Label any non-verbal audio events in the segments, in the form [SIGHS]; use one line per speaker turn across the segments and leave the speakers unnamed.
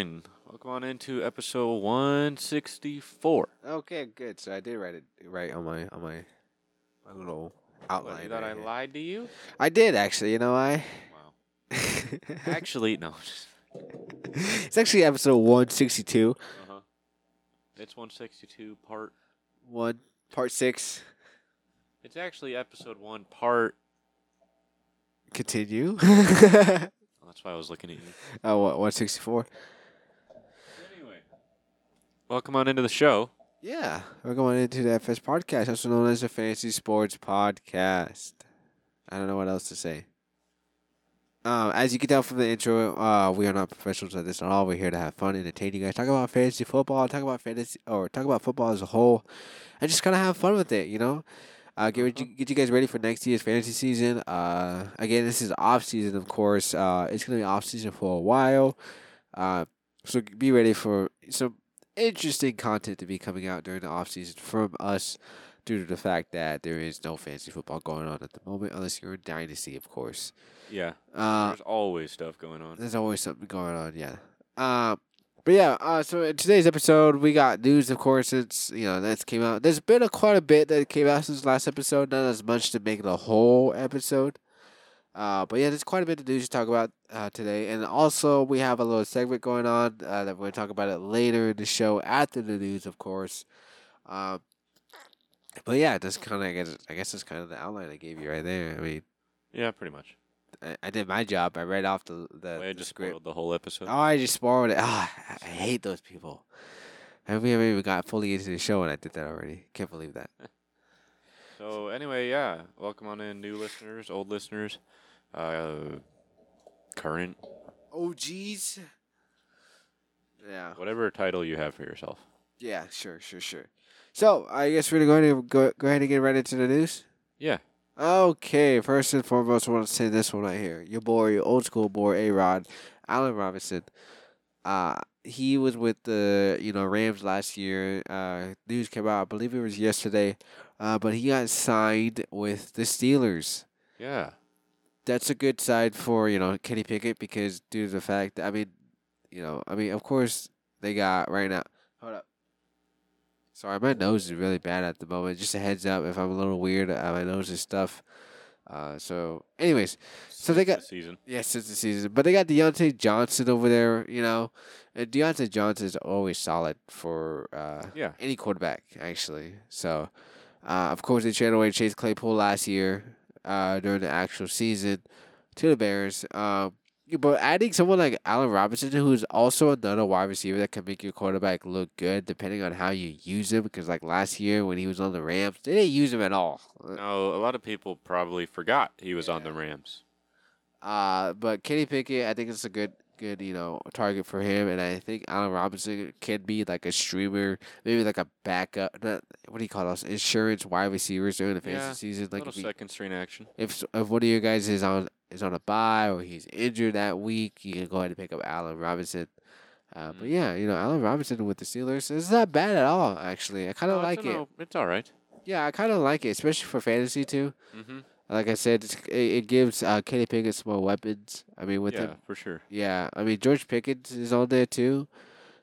Walk on into episode 164.
Okay, good. So I did write it right on my on my my little
What,
outline.
you thought
right
I
here.
lied to you?
I did actually. You know, I.
Wow. [LAUGHS] Actually, no.
[LAUGHS]
[LAUGHS]
it's actually episode one sixty two,
Uh-huh. It's 162 part.
one part six.
It's actually episode 1 part.
Continue. [LAUGHS]
Oh, that's why I was looking at you.
oh, what one sixty four?
Anyway. Welcome on into the show.
Yeah, we're going into the FS podcast, also known as the Fantasy Sports Podcast. I don't know what else to say. Um, as you can tell from the intro, uh, we are not professionals at this at all. We're here to have fun, entertain you guys, talk about fantasy football, talk about fantasy, or talk about football as a whole, and just kind of have fun with it. You know, uh, get you, get you guys ready for next year's fantasy season. Uh, again, this is off season, of course. Uh, it's gonna be off season for a while. Uh, so be ready for some interesting content to be coming out during the offseason from us due to the fact that there is no fantasy football going on at the moment, unless you're in Dynasty, of course.
Yeah.
Uh,
There's always stuff going on.
there's always something going on, yeah. Uh, but yeah, uh, so in today's episode, we got news, of course. It's, you know, that's came out. There's been a quite a bit that came out since last episode, not as much to make the whole episode. Uh, but yeah, there's quite a bit of news to talk about uh, today. And also, we have a little segment going on uh, that we're going to talk about it later in the show after the news, of course. Um, but yeah, that's kind of, I guess, I guess that's kind of the outline I gave you right there. I mean,
Yeah, pretty much.
I, I did my job. I read off the, the,
Way I
the
just
script.
spoiled the whole episode.
Oh, I just spoiled it. Ah, I I hate those people. And we haven't even got fully into the show, and I did that already. Can't believe that.
So anyway, yeah, welcome on in, new listeners, old listeners, uh, current,
Oh, jeez. Yeah.
whatever title you have for yourself.
Yeah. Sure. Sure. Sure. So I guess we're going to go go ahead and get right into the news.
Yeah.
Okay, first and foremost, I want to say this one right here. Your boy, your old school boy, A Rod, Allen Robinson. Uh, he was with the you know Rams last year. Uh, news came out, I believe it was yesterday. Uh, but he got signed with the Steelers.
Yeah.
That's a good side for you know Kenny Pickett because due to the fact that I mean, you know, I mean, of course they got right now. Hold up. Sorry, my nose is really bad at the moment. Just a heads up if I'm a little weird, uh, my nose is stuff. Uh, so, anyways, So they
Since
got-
the season.
yeah, since the season. But they got Deontay Johnson over there, you know. And Deontay Johnson is always solid for uh,
Yeah.
any quarterback, actually. So, uh, of course, they traded away Chase Claypool last year uh, during the actual season to the Bears. Um, but adding someone like Allen Robinson, who's also another wide receiver that can make your quarterback look good, depending on how you use him, because like last year when he was on the Rams, they didn't use him at all.
No, a lot of people probably forgot he was on the
Yeah.
Rams.
Uh, but Kenny Pickett, I think it's a good, good you know target for him, and I think Allen Robinson can be like a streamer, maybe like a backup. Not, what do you call those insurance wide receivers during the fantasy
Yeah,
season? Like
little
if, you-
second string action.
if if one of you guys is on is on a bye or he's injured that week, you can go ahead and pick up Allen Robinson. Uh, But
Mm.
yeah, you know Allen Robinson with the Steelers is not bad at all. Actually, I kind of
No,
like
Oh, it's, an
it.
o- it's all right.
Yeah, I kind of like it, especially for fantasy too.
Mm-hmm.
Like I said, it's, it, it gives uh, Kenny Pickett some more weapons. I mean, with
yeah,
him
for sure.
yeah, I mean George Pickens is on there too.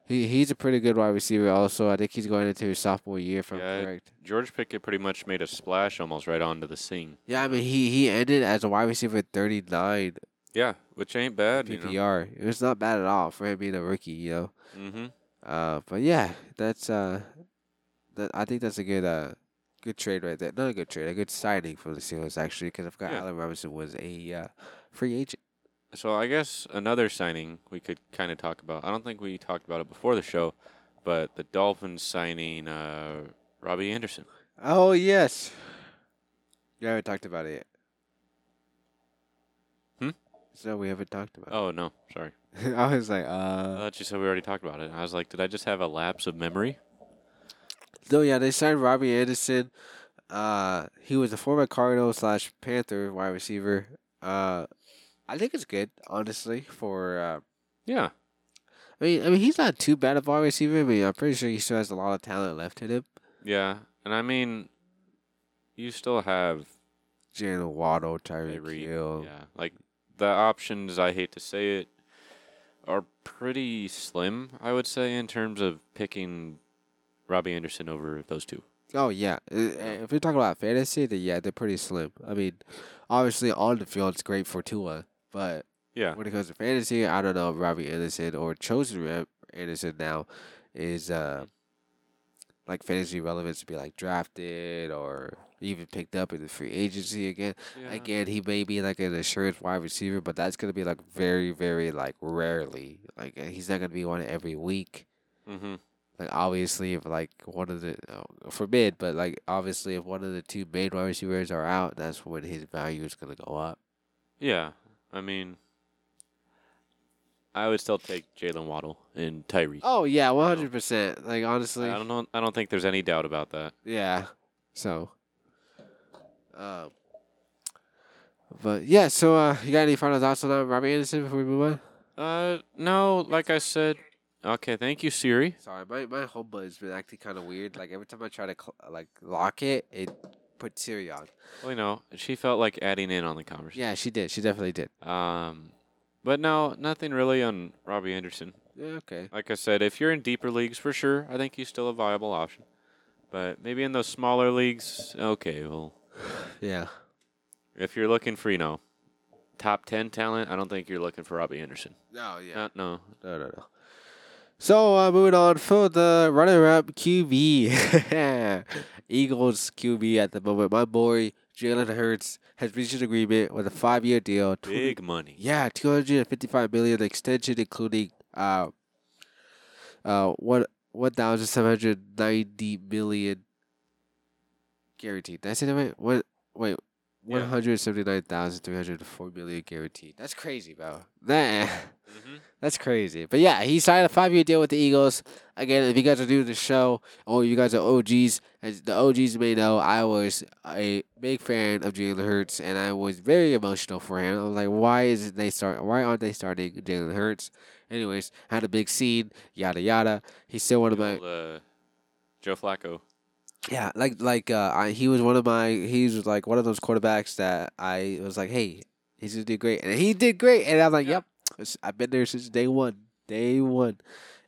He he's a pretty good wide receiver. Also, I think he's going into his sophomore year. From
Yeah.
correct.
George Pickett pretty much made a splash almost right onto the scene.
Yeah, I mean he he ended as a wide receiver thirty nine
Yeah, which ain't bad. You know?
PPR. It was not bad at all for him being a rookie. You know.
Mm-hmm.
Uh, but yeah, that's uh, that I think that's a good uh, good trade right there. Not a good trade, a good signing for the Steelers actually, because I forgot
Yeah.
Allen Robinson was a uh, free agent.
So I guess another signing we could kind of talk about. I don't think we talked about it before the show, but the Dolphins signing uh, Robbie Anderson.
Oh yes. You haven't talked about it
Hmm?
yet. So we haven't talked about
Oh no, sorry.
it. [LAUGHS] I was like,
I
uh
thought you said we already talked about it. I was like, did I just have a lapse of memory?
No yeah, they signed Robbie Anderson. Uh he was a former Cardinal slash Panther wide receiver. Uh I think it's good, honestly, for uh
Yeah.
I mean I mean he's not too bad of a wide receiver, I mean I'm pretty sure he still has a lot of talent left in him.
Yeah. And I mean, you still have
Jalen Waddle,
a
Tyreek
re-
Hill.
Yeah. Like the options. I hate to say it. are pretty slim, I would say, in terms of picking Robbie Anderson over those two.
Oh yeah, Uh, if you're talking about fantasy, then yeah, they're pretty slim. I mean, obviously on the field it's great for Tua, but
Yeah.
when it comes to fantasy, I don't know if Robbie Anderson or chosen Re- Anderson now is uh like fantasy relevance to be like drafted or even picked up in the free agency again. Again, he may be like an assurance wide receiver, but that's gonna be like very, very like rarely. Like uh, he's not gonna be one every week
Mm-hmm.
like obviously if like one of the uh, for mid, but like obviously if one of the two main wide receivers are out, that's when his value is gonna go up.
Yeah. I mean, I would still take Jalen Waddle and Tyree.
Oh yeah, one hundred percent. Like honestly,
I don't know. I don't think there's any doubt about that.
yeah. So, um, but yeah. So uh, you got any final thoughts on uh, Robbie Anderson before we move on?
Uh, no. Like I said. Okay. Thank you, Siri.
Sorry, my my home button's been acting kind of weird. Like every time I try to cl- like lock it, it put Siri on.
Well, you know, she felt like adding in on the conversation.
Yeah, she did. She definitely did.
Um, but no, nothing really on Robbie Anderson.
Yeah, okay.
Like I said, if you're in deeper leagues for sure, I think he's still a viable option. But maybe in those smaller leagues, okay. Well,
Yeah.
if you're looking for you know top ten talent, I don't think you're looking for Robbie Anderson.
No. Oh, Yeah.
Uh, no,
No, no, no. So uh, moving on for the runner-up QB, [LAUGHS] Eagles QB at the moment. My boy Jalen Hurts has reached an agreement with a five-year deal.
[LAUGHS]
tw-
big money.
Yeah, two hundred and fifty-five million extension, including uh, uh, one one thousand seven hundred ninety million guaranteed. Did I say that right? What? Wait.
Yeah.
One hundred seventy-nine thousand three hundred four million guaranteed. That's crazy, bro. Nah. [LAUGHS]
Mm-hmm.
That's crazy. But yeah, he signed a five year deal with the Eagles. Again, if you guys are new to the show or you guys are OGs, as the OGs may know, I was a big fan of Jalen Hurts and I was very emotional for him. I was like, why is it they start why aren't they starting Jalen Hurts? Anyways, had a big scene, yada yada. He's still one of my
uh, Joe Flacco.
yeah, like like uh, I, he was one of my he was like one of those quarterbacks that I was like, hey, he's gonna do great, and he did great, and I'm like,
Yeah.
yep, It's- I've been there since day one, day one,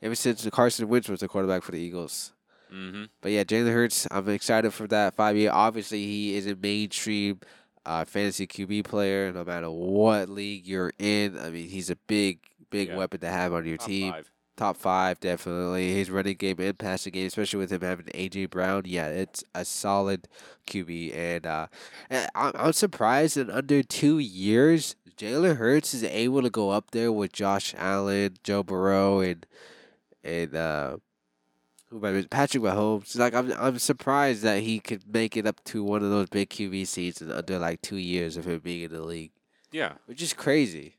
ever since Carson Wentz was the quarterback for the Eagles.
Mm-hmm.
But yeah, Jalen Hurts, I'm excited for that five year. Obviously, he is a mainstream uh, fantasy QB player, no matter what league you're in. I mean, he's a big big
Yeah.
weapon to have on your team top five definitely. His running game and passing game, especially with him having AJ Brown, yeah, it's a solid QB. And uh, and I'm, I'm surprised in under two years, Jalen Hurts is able to go up there with Josh Allen, Joe Burrow, and and uh, who am I miss- Patrick Mahomes. Like I'm I'm surprised that he could make it up to one of those big QB seats in under like two years of him being in the league
Yeah.
which is crazy.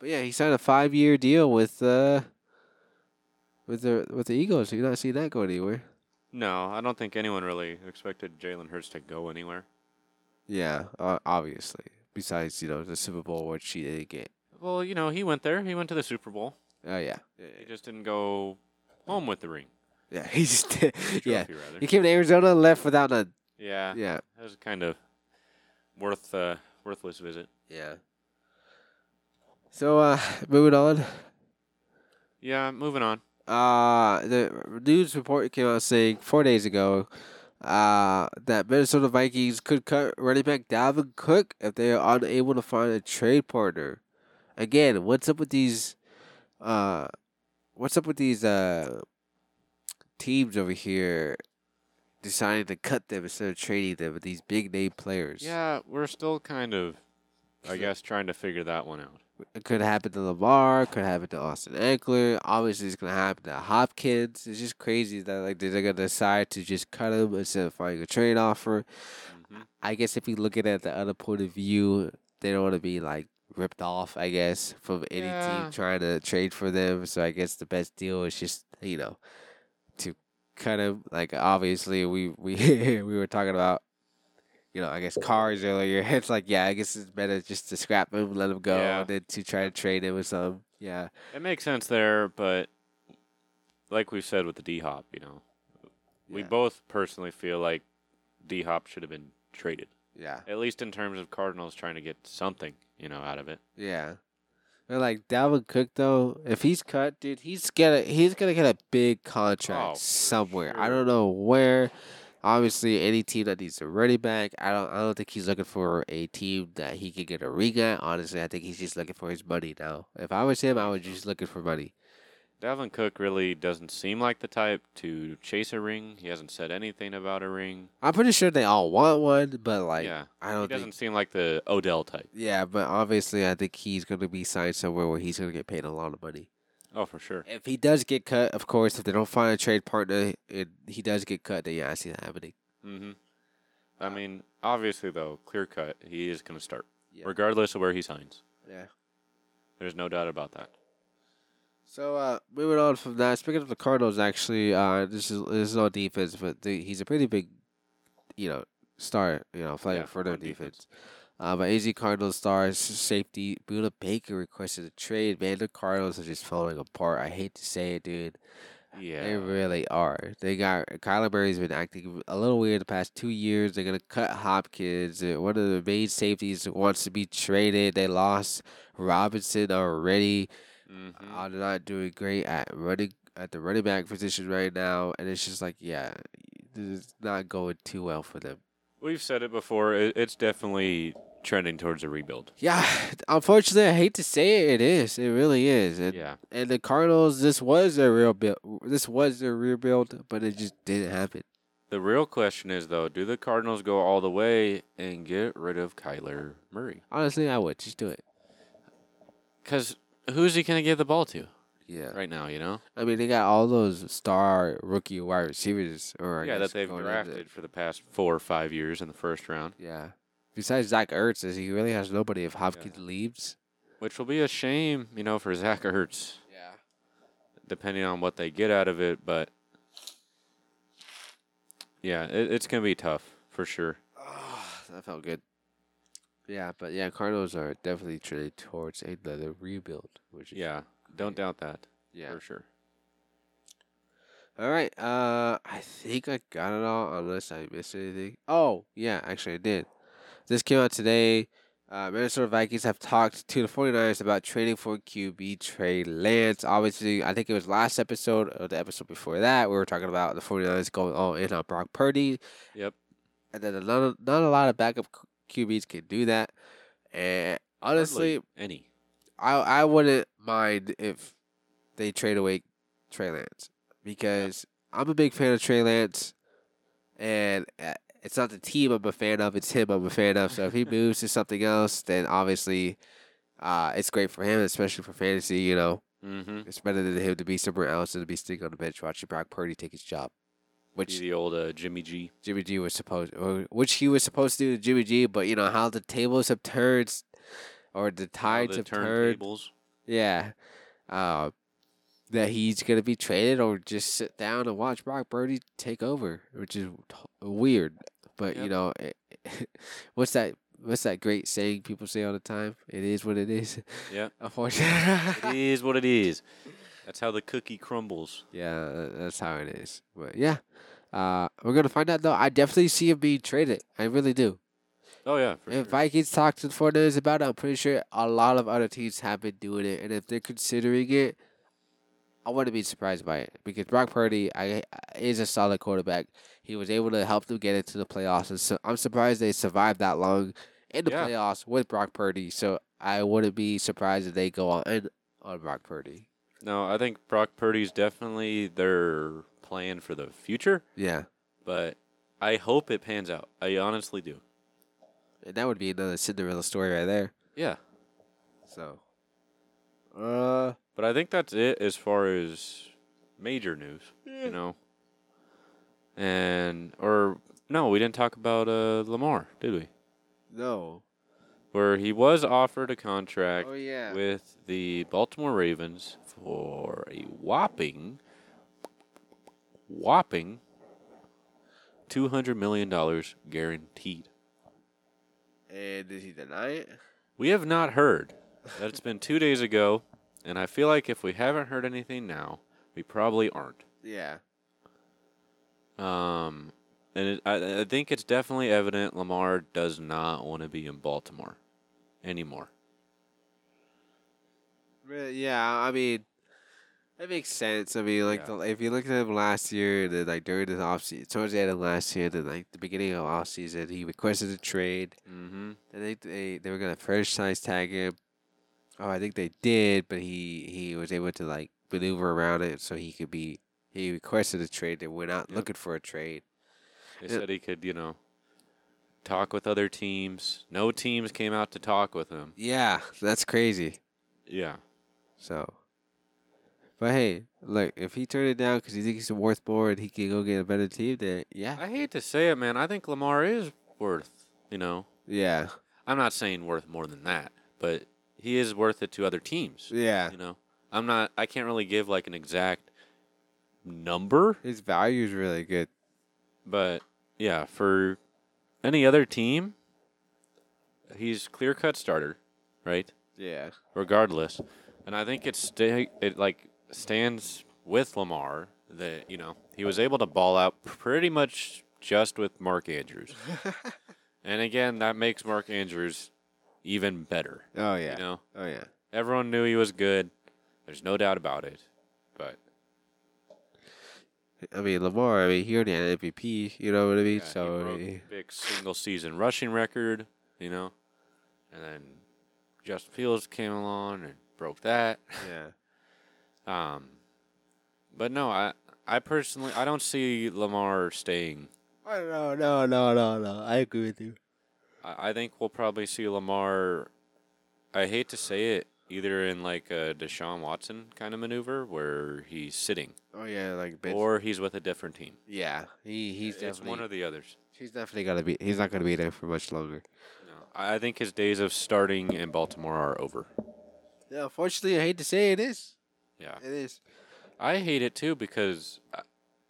But yeah, he signed a five year deal with uh with the with the Eagles. You're not seeing that go anywhere.
No, I don't think anyone really expected Jalen Hurts to go anywhere.
Yeah, uh, obviously. Besides, you know, the Super Bowl which she didn't get.
Well, you know, he went there. He went to the Super Bowl.
Oh yeah,
He just didn't go home with the ring.
yeah. [LAUGHS] He just did. yeah.
Trophy, rather.
He came to Arizona and left without a
Yeah.
yeah
That was kind of worth uh, worthless visit.
yeah. So uh, moving on.
Yeah, moving on.
Uh, the news report came out saying four days ago uh, that Minnesota Vikings could cut running back Dalvin Cook if they are unable to find a trade partner. Again, what's up with these? Uh, what's up with these uh, teams over here deciding to cut them instead of trading them with these big name players?
Yeah, we're still kind of, I guess, trying to figure that one out.
It could happen to Lamar. Could happen to Austin Eckler. Obviously, it's gonna happen to Hopkins. It's just crazy that like they're gonna decide to just cut him instead of finding a trade offer.
hmm
I guess if you look at it at the other point of view, they don't want to be like ripped off. I guess from any
Yeah.
team trying to trade for them. So I guess the best deal is just you know to cut him. Like obviously we [LAUGHS] we we were talking about. You know, I guess cars earlier. [LAUGHS] It's like, yeah, I guess it's better just to scrap him, let him go,
Yeah.
than to try to trade him or something. Yeah,
It makes sense there, but like we said with the D Hop, you know, we
Yeah.
both personally feel like D Hop should have been traded,
yeah,
at least in terms of Cardinals trying to get something, you know, out of it.
yeah. But like Dalvin Cook though, if he's cut, dude, he's gonna he's gonna get a big contract
Oh, for
somewhere. I
sure.
don't know where. Obviously, any team that needs a running back, I don't I don't think he's looking for a team that he could get a ring at. Honestly, I think he's just looking for his money now. If I was him, I was just looking for money.
Dalvin Cook really doesn't seem like the type to chase a ring. He hasn't said anything about a ring.
I'm pretty sure they all want one, but like
yeah,
I
he
don't
doesn't
think.
seem like the Odell type.
Yeah, but obviously, I think he's gonna be signed somewhere where he's gonna get paid a lot of money.
Oh, for sure.
If he does get cut, of course, if they don't find a trade partner and he does get cut, then yeah, I see that happening.
Mm-hmm. I mean, obviously though, clear cut, he is going to start,
Yeah.
regardless of where he signs.
Yeah.
There's no doubt about that.
So uh, moving on from that, speaking of the Cardinals, actually, uh, this is this is on defense, but the, he's a pretty big, you know, star, you know, player
Yeah,
for their
on defense.
defense. Uh, but AZ Cardinals stars safety Buda Baker requested a trade. Man, the Cardinals are just falling apart. I hate to say it, dude.
Yeah.
They really are. They got Kyler Murray's been acting a little weird the past two years. They're gonna cut Hopkins. Uh, One of the main safeties wants to be traded. They lost Robinson already.
Mhm.
Uh, they're not doing great at running at the running back position right now, and it's just like yeah, this is not going too well for them.
We've said it before. It, it's definitely trending towards a rebuild.
Yeah, [SIGHS] unfortunately, I hate to say it, it is. It really is. And,
Yeah.
and the Cardinals, this was their real build. This was their rebuild, but it just didn't happen.
The real question is though, do the Cardinals go all the way and get rid of Kyler Murray?
Honestly, I would just do it.
Because who's he going to give the ball to
Yeah.
right now? You know.
I mean, they got all those star rookie wide receivers. Or I
yeah,
guess
that they've
going into-
drafted for the past four or five years in the first round,
Yeah. Besides Zach Ertz, is he really has nobody if Hopkins leaves?
which will be a shame, you know, for Zach Ertz,
Yeah.
depending on what they get out of it. But yeah, it, it's going to be tough for sure.
Ah, that felt good. Yeah, but yeah, Cardinals are definitely trending towards another rebuild. Which is,
Yeah, don't doubt that
yeah.
for sure.
All right. Uh, I think I got it all, unless I missed anything. Oh, yeah, actually, I did. This came out today. Uh, Minnesota Vikings have talked to the 49ers about trading for QB Trey Lance. Obviously, I think it was last episode or the episode before that. We were talking about the 49ers going all in on Brock Purdy.
Yep.
And then a lot of, not a lot of backup Q- QBs can do that. And honestly,
Hardly any.
I I wouldn't mind if they trade away Trey Lance because I'm a big fan of Trey Lance, and uh, it's not the team I'm a fan of; it's him I'm a fan of. So if he moves to something else, then obviously, uh, it's great for him, especially for fantasy. You know,
Mm-hmm.
it's better than him to be somewhere else and to be sitting on the bench watching Brock Purdy take his job,
Be
which
the old uh, Jimmy G.
Jimmy G was supposed, or which he was supposed to do to Jimmy G. But you know how the tables have turned, or the
all
tides
the
have turned.
turntables.
Yeah. Uh, that he's going to be traded or just sit down and watch Brock Purdy take over, which is t- weird. But, you
Yep.
know, eh, [LAUGHS] what's that? What's that great saying people say all the time? It is what it is.
Yep. It
[LAUGHS] Unfortunately. [LAUGHS]
is what it is. That's how the cookie crumbles.
yeah, tha- that's how it is. But yeah, uh, we're gonna find out though. I definitely see him being traded. I really do.
Oh yeah, for
if
sure.
Vikings talk to the 49ers about it, I'm pretty sure a lot of other teams have been doing it. And if they're considering it, I wouldn't be surprised by it because Brock Purdy I, is a solid quarterback. He was able to help them get into the playoffs. And so I'm surprised they survived that long in the
Yeah.
playoffs with Brock Purdy. So I wouldn't be surprised if they go on in on Brock Purdy.
No, I think Brock Purdy's definitely their plan for the future,
Yeah.
but I hope it pans out. I honestly do.
And that would be another Cinderella story right there.
Yeah.
So. Uh,
But I think that's it as far as major news,
Hmm.
you know. And or no, we didn't talk about uh, Lamar, did we?
no.
Where he was offered a contract
Oh, yeah.
with the Baltimore Ravens for a whopping whopping 200 million dollars guaranteed.
And did he deny it?
We have not heard. That's been 2 days ago, and I feel like if we haven't heard anything now, we probably aren't.
Yeah.
Um, and it, I, I think it's definitely evident Lamar does not want to be in Baltimore anymore.
Re- Yeah, I mean, that makes sense. I mean, like
Yeah.
the, if you look at him last year, and then like during the off season, towards the end of last year, then like the beginning of off season, he requested a trade.
Mm-hmm.
I think they they were gonna franchise tag him. Oh, I think they did, but he he was able to like maneuver around it, so he could be. He requested a trade. They were not
Yep.
looking for a trade.
They
Yeah.
said he could, you know, talk with other teams. No teams came out to talk with him.
Yeah, that's crazy.
Yeah.
So, but hey, look, if he turned it down because he thinks he's worth more and he can go get a better team, then yeah,
I hate to say it, man. I think Lamar is worth, you know,
yeah,
I'm not saying worth more than that, but he is worth it to other teams.
yeah.
You know, I'm not, I can't really give like an exact number,
His value is really good.
but yeah, for any other team, he's clear cut starter, right?
Yeah,
regardless. And I think it's sta- it like stands with Lamar that you know he was able to ball out pretty much just with Mark Andrews. and again, that makes Mark Andrews even better.
Oh yeah.
You know,
Oh yeah.
everyone knew he was good. There's no doubt about it. But
I mean Lamar. I mean he already had MVP. You know what I mean?
yeah, he
so
broke
eh,
big single season rushing record. You know, and then Justin Fields came along and broke that.
yeah.
Um, but no, I I personally I don't see Lamar staying.
Oh, no, no, no, no, no. I agree with you.
I, I think we'll probably see Lamar. I hate to say it, either in like a Deshaun Watson kind of maneuver where he's sitting,
Oh yeah, like bitch.
or he's with a different team.
yeah, he he's
it's
definitely
one or the others.
he's definitely gonna be he's not gonna be there for much longer.
No, I I think his days of starting in Baltimore are over.
Yeah, unfortunately, I hate to say it is.
Yeah,
It is.
I hate it too because I-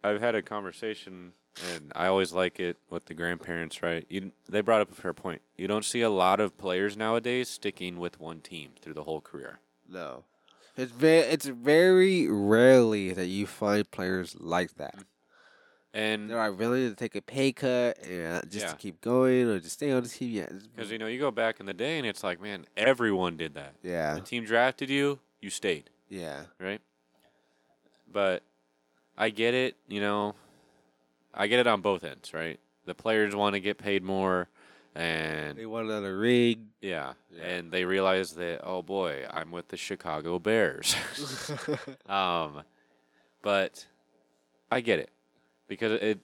I've had a conversation and I always like it with the grandparents, right? You, they brought up a fair point. You don't see a lot of players nowadays sticking with one team through the whole career.
No, it's very it's very rarely that you find players like that.
And
They're like willing to take a pay cut and uh, just
Yeah.
to keep going or just stay on the team. Yeah, it's-
because, you know, you go back in the day and it's like, man, everyone did that.
yeah,
The team drafted you, you stayed,
yeah,
right? But I get it, you know, I get it on both ends, right? The players want to get paid more and
they won another ring. [LAUGHS]
Yeah.
Yeah.
And they realize that, oh boy, I'm with the Chicago
[LAUGHS]
Bears. [LAUGHS] um, but I get it because it,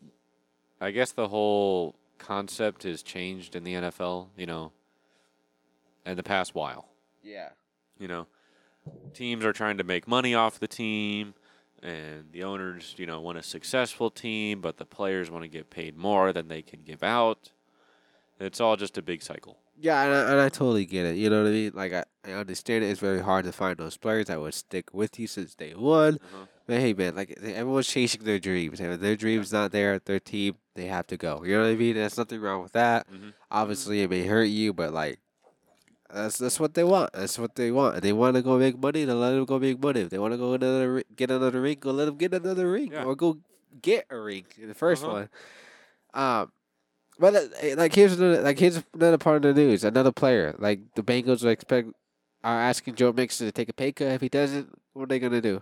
I guess the whole concept has changed in the NFL, you know, in the past while.
yeah,
You know, teams are trying to make money off the team, and the owners, you know, want a successful team, but the players want to get paid more than they can give out. It's all just a big cycle.
yeah, and I, and I totally get it. You know what I mean? Like I, I understand it. It's very hard to find those players that would stick with you since day one.
Uh-huh.
But hey, man, like th- everyone's chasing their dreams. and If their dream's not there at their team, they have to go. You know what I mean? There's nothing wrong with that.
Mhm.
Obviously, it may hurt you, but like, that's that's what they want. That's what they want. If they want to go make money, then let them go make money. If they want to go another ri- get another ring, go let them get another ring,
Yeah.
or go get a ring. The 1st
Uh-huh.
one. Um, but uh, eh, like here's another, like here's another part of the news. Another player, like the Bengals are expect are asking Joe Mixon to take a pay cut. If he doesn't, what are they gonna do?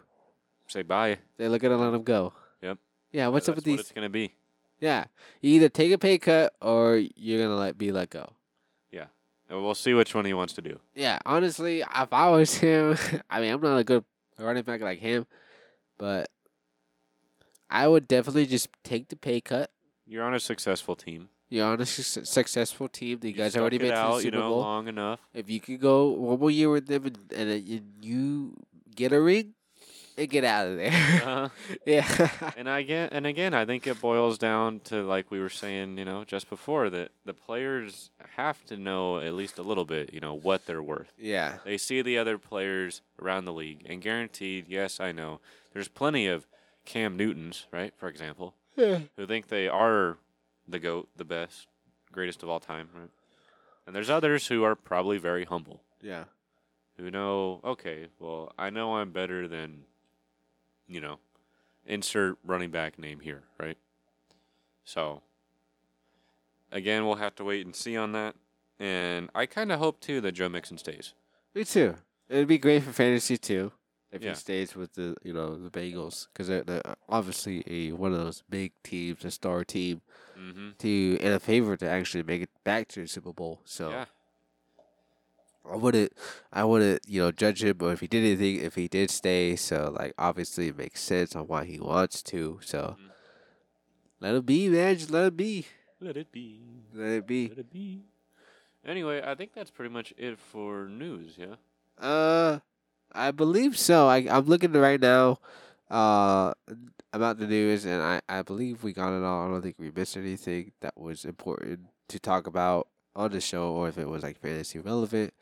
Say bye.
They're looking to let them go.
Yep.
Yeah. What's
Yeah, that's
up with
what
these?
It's gonna be.
Yeah. You either take a pay cut or you're gonna let be let go.
And we'll see which one he wants to do.
Yeah. Honestly, if I was him, [LAUGHS] I mean, I'm not a good running back like him, but I would definitely just take the pay cut.
You're on a successful team.
You're on a su- successful team. You, guys
stuck
already
it
made it to
out,
the Super
you know,
Bowl.
long enough.
If you could go one more year with them and, and uh, you, you get a ring, and get out of
[LAUGHS]
there. [LAUGHS]
Uh,
yeah. [LAUGHS]
and I get, and again, I think it boils down to like we were saying, you know, just before that the players have to know at least a little bit, you know, what they're worth.
yeah.
They see the other players around the league, and guaranteed, yes, I know, there's plenty of Cam Newtons, right, for example,
Yeah.
who think they are the goat, the best, greatest of all time, right? And there's others who are probably very humble.
Yeah.
who know, okay, well, I know I'm better than, you know, insert running back name here, right? So, again, we'll have to wait and see on that. And I kind of hope, too, that Joe Mixon stays.
Me too. It'd be great for fantasy too if
Yeah.
he stays with the you know the Bengals because they're, they're obviously a one of those big teams, a star team
hmm
to and a favorite to actually make it back to the Super Bowl. So
Yeah.
I wouldn't, I wouldn't you know judge him, or if he did anything, if he did stay. So like obviously it makes sense on why he wants to. So
Mhm.
let it be, man. Just let it be.
Let it be.
Let it be.
Let it be. Anyway, I think that's pretty much it for news. Yeah.
Uh, I believe so. I I'm looking right now, uh, about the news, and I I believe we got it all. I don't think we missed anything that was important to talk about on the show, or if it was like fantasy relevant.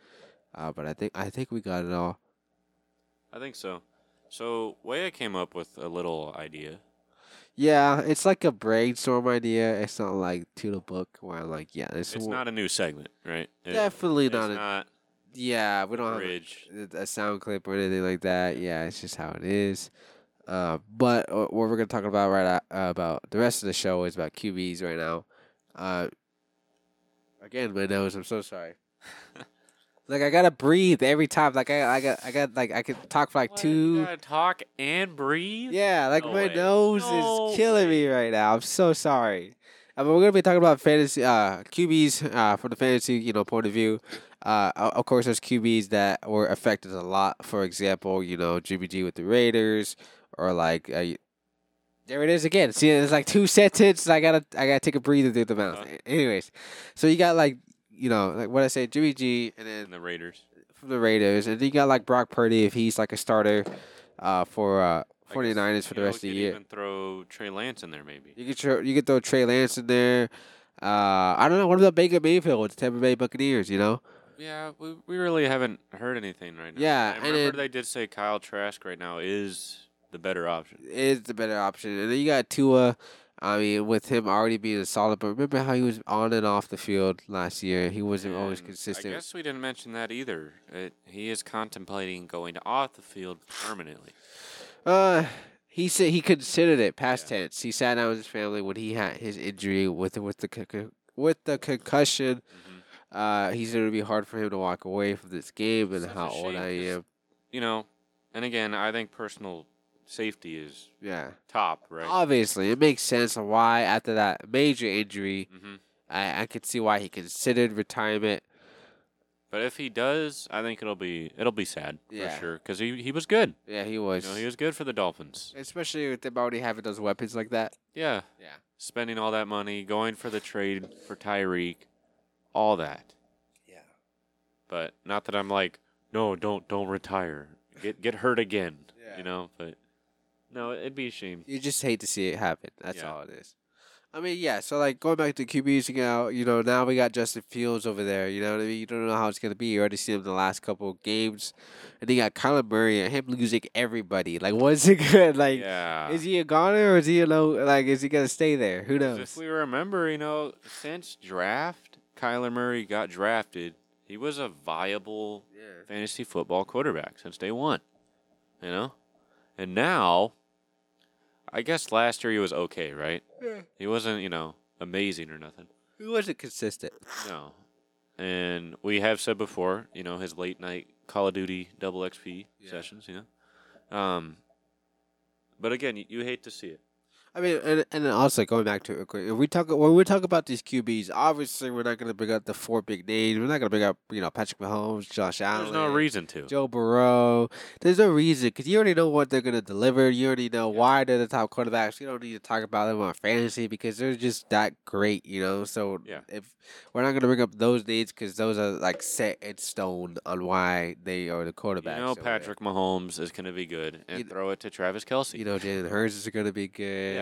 Uh, but I think I think we got it all.
I think so. So Waya came up with a little idea.
Yeah, it's like a brainstorm idea. It's not like to the book where I'm like, yeah, this
It's
will-
not a new segment, right? It-
definitely
it's
not. a,
not
yeah, we don't have
bridge.
a sound clip or anything like that. Yeah, it's just how it is. Uh, but uh, what we're gonna talk about right a- uh, about the rest of the show is about QBs right now. Uh, again, my nose. I'm so sorry. like I gotta breathe every time. Like I, I got, I got, like I could talk for like
What? You
two.
gotta talk and breathe.
Yeah, like
No
my
way.
nose
No
is killing me right now. I'm so sorry. Uh, but we're gonna be talking about fantasy uh, QBs uh, from the fantasy you know point of view. Uh, o- of course, there's QBs that were affected a lot. For example, you know Jimmy G with the Raiders, or like uh, y- there it is again. See, it's like two [LAUGHS] sentences. I gotta I gotta take a breather through the mouth.
Uh-huh.
Anyways, so you got like you know like what I say, Jimmy G, and then
And the Raiders.
for the Raiders. And then you got like Brock Purdy if he's like a starter uh, for uh,
I guess,
49ers for
you
the
know,
rest of the
could
year.
Even throw Trey Lance in there, maybe.
You could throw, you could throw Trey Lance in there. Uh, I don't know. What about Baker Mayfield with the Tampa Bay Buccaneers? You know,
Yeah, we, we really haven't heard anything right now.
Yeah,
I
and
remember
it-
they did say Kyle Trask right now is the better option.
is the better option. And then you got Tua. I mean, with him already being solid, but remember how he was on and off the field last year. He wasn't always
And
consistent.
I guess we didn't mention that either. It, he is contemplating going off the field permanently.
Uh, he said he considered it past
Yeah.
tense. He sat down with his family when he had his injury with with the con- con- with the concussion.
Mhm.
Uh, he said it would be hard for him to walk away from this game and
Such a
how old
shame,
I
'cause-
am.
You know, and again, I think personal safety is
Yeah,
top, right?
obviously it makes sense on why after that major injury,
hmm
I I could see why he considered retirement.
But if he does, I think it'll be it'll be sad
Yeah.
for sure because he he was good.
Yeah, he was,
You know, he was good for the Dolphins.
especially with them already having those weapons like that.
Yeah,
Yeah.
spending all that money, going for the trade for Tyreek, all that.
Yeah.
But not that I'm like, no, don't don't retire. Get get hurt again.
Yeah.
You know, but no, it'd be a shame.
You just hate to see it happen. That's
Yeah.
all it is. I mean, yeah. So like going back to QBs, you know, you know, now we got Justin Fields over there. You know what I mean? You don't know how it's gonna be. You already seen him the last couple of games, and then you got Kyler Murray and him losing everybody. Like, [LAUGHS] what's it good? Like,
yeah.
is he a goner or is he a low? Like, is he gonna stay there? Who
'Cause
knows?
If we remember, you know, since draft, Kyler Murray got drafted. He was a viable
yeah.
fantasy football quarterback since day one. You know? And now I guess last year he was okay, right?
Yeah.
He wasn't, you know, amazing or nothing.
He wasn't consistent.
No. And we have said before, you know, his late night Call of Duty double XP
Yeah.
sessions, you know. Um but again, you, you hate to see it.
I mean, and, and then also going back to it real quick, if we talk when we talk about these QBs, obviously we're not going to bring up the four big names. We're not going to bring up you know Patrick Mahomes, Josh Allen.
There's no reason to.
Joe Burrow. There's no reason because you already know what they're gonna deliver. You already know
Yeah.
why they're the top quarterbacks. You don't need to talk about them on fantasy because they're just that great, you know. So
Yeah.
if we're not gonna bring up those names because those are like set in stone on why they are the quarterbacks.
You know
over there.
Patrick Mahomes is going to be good, and
You-
throw it to Travis Kelsey.
You know Jalen Hurts is gonna be good.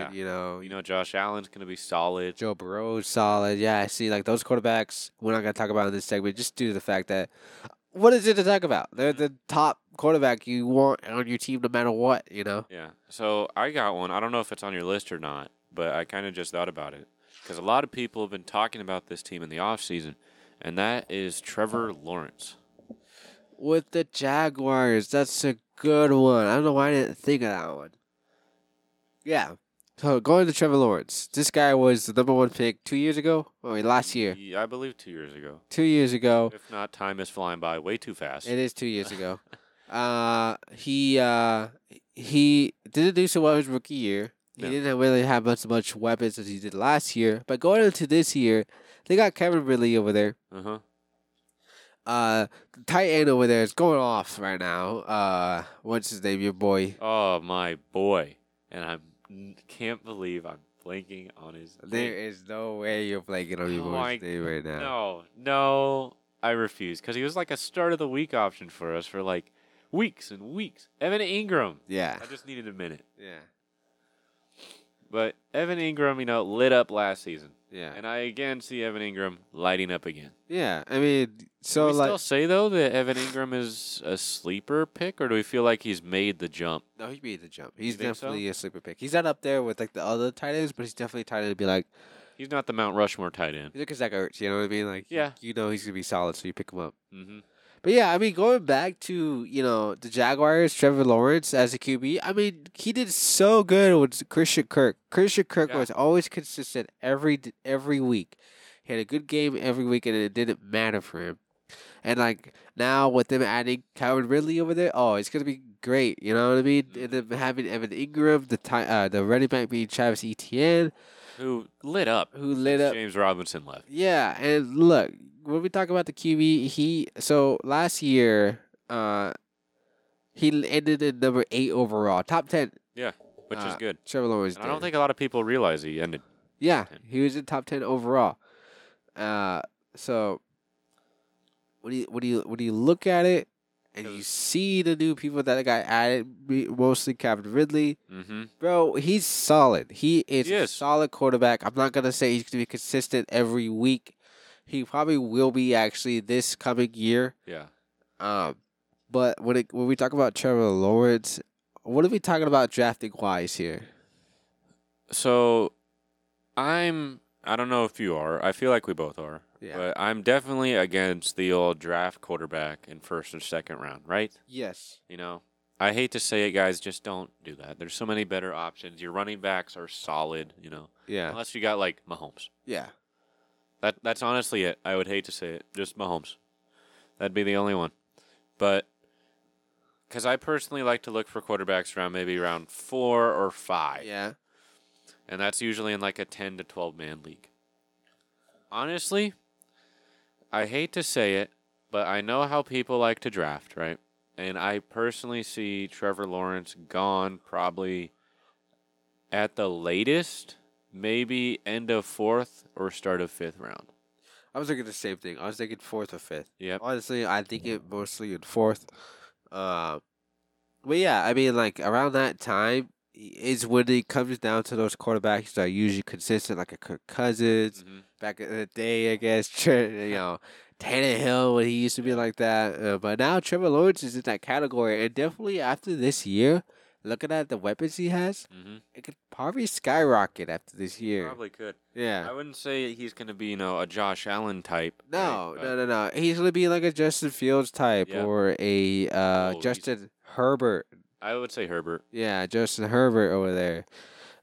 Yeah.
You know.
You know Josh Allen's going to be solid.
Joe Burrow's solid. Yeah, I see. Like those quarterbacks, we're not gonna talk about in this segment just due to the fact that uh, what is it to talk about? They're the top quarterback you want on your team, no matter what. You know.
Yeah. So I got one. I don't know if it's on your list or not, but I kind of just thought about it because a lot of people have been talking about this team in the offseason, and that is Trevor Lawrence.
with the Jaguars. That's a good one. I don't know why I didn't think of that one. Yeah. So going to Trevor Lawrence. This guy was the number one pick two years ago. Oh, wait, last year.
Ye- I believe two years ago.
Two years ago.
If not, time is flying by way too fast.
It is
[LAUGHS]
two years ago. Uh, he uh, he didn't do so well his rookie year. He
No.
didn't really have as much weapons as he did last year. But going into this year, they got Kevin Ridley over there.
Uh huh.
Uh, the tight end over there is going off right now. Uh, what's his name? Your boy.
Oh my boy, and I am can't believe I'm blanking on his.
There
name.
is no way you're blanking on your
Oh my
boy's name right now.
No, no, I refuse because he was like a start of the week option for us for like weeks and weeks. Evan Ingram.
Yeah.
I just needed a minute,
Yeah.
but Evan Ingram, you know, lit up last season,
Yeah.
and I again see Evan Ingram lighting up again.
Yeah. I mean, so
do we
like.
still say though that Evan Ingram is a sleeper pick, or do we feel like he's made the jump?
No, he made the jump. He's
think so?
definitely a sleeper pick. He's not up there with like the other tight ends, but he's definitely tight end to be like,
He's not the Mount Rushmore tight end.
he's like a Zach Ertz. You know what I mean? Like,
Yeah.
you know he's gonna be solid, so you pick him up.
hmm
But yeah, I mean, going back to you know the Jaguars, Trevor Lawrence as a QB. I mean, he did so good with Christian Kirk. Christian Kirk
Yeah.
was always consistent every d- every week. He had a good game every week, and it didn't matter for him. And like now with them adding Calvin Ridley over there, oh, it's gonna be great. You know what I mean?
Mm-hmm.
And then having Evan Ingram, the ti- uh, the running back being Travis Etienne,
Who lit up?
who lit up
James Robinson left.
yeah, and look, when we talk about the QB, he so last year, uh, he l- ended at number eight overall, top ten.
which is
Uh,
good.
Trevor Lawrence.
And I don't
did.
think a lot of people realize he ended.
Yeah,
10.
he was in top ten overall. Uh, so what do you what do you what do you look at it, and
It
you
was-
see the new people that got added, be- mostly Calvin Ridley.
Mm-hmm.
Bro, he's solid. He is
He
a
is.
solid quarterback. I'm not gonna say he's gonna be consistent every week. He probably will be actually this coming year.
Yeah.
Um, but when it, when we talk about Trevor Lawrence, what are we talking about drafting wise here?
So I'm. I don't know if you are. I feel like we both are.
Yeah.
But I'm definitely against the old draft quarterback in first and second round, right?
Yes.
You know, I hate to say it, guys. Just don't do that. There's so many better options. Your running backs are solid. You know,
Yeah.
unless you got like Mahomes.
Yeah.
That that's honestly it. I would hate to say it. Just Mahomes. That'd be the only one. But because I personally like to look for quarterbacks around maybe round four or five,
Yeah.
and that's usually in like a ten to twelve man league. Honestly, I hate to say it, but I know how people like to draft, right? And I personally see Trevor Lawrence gone probably at the latest, maybe end of fourth or start of fifth round.
I was thinking the same thing. I was thinking fourth or fifth.
Yep.
Honestly, I think it mostly in fourth. Uh, but yeah, I mean, like around that time is when it comes down to those quarterbacks that are usually consistent, like a Kirk Cousins
Mhm.
back in the day, I guess. [LAUGHS] Tre- You know, Tannehill when he used to be like that, uh, but now Trevor Lawrence is in that category, and definitely after this year, looking at the weapons he has,
Mhm.
it could probably skyrocket after this year.
Probably could.
Yeah.
I wouldn't say he's going to be, you know, a Josh Allen type.
No,
right?
no, no, no. He's gonna be like a Justin Fields type
Yeah.
or a uh,
Oh, he's-
Justin Herbert.
But I would say Herbert.
Yeah, Justin Herbert over there.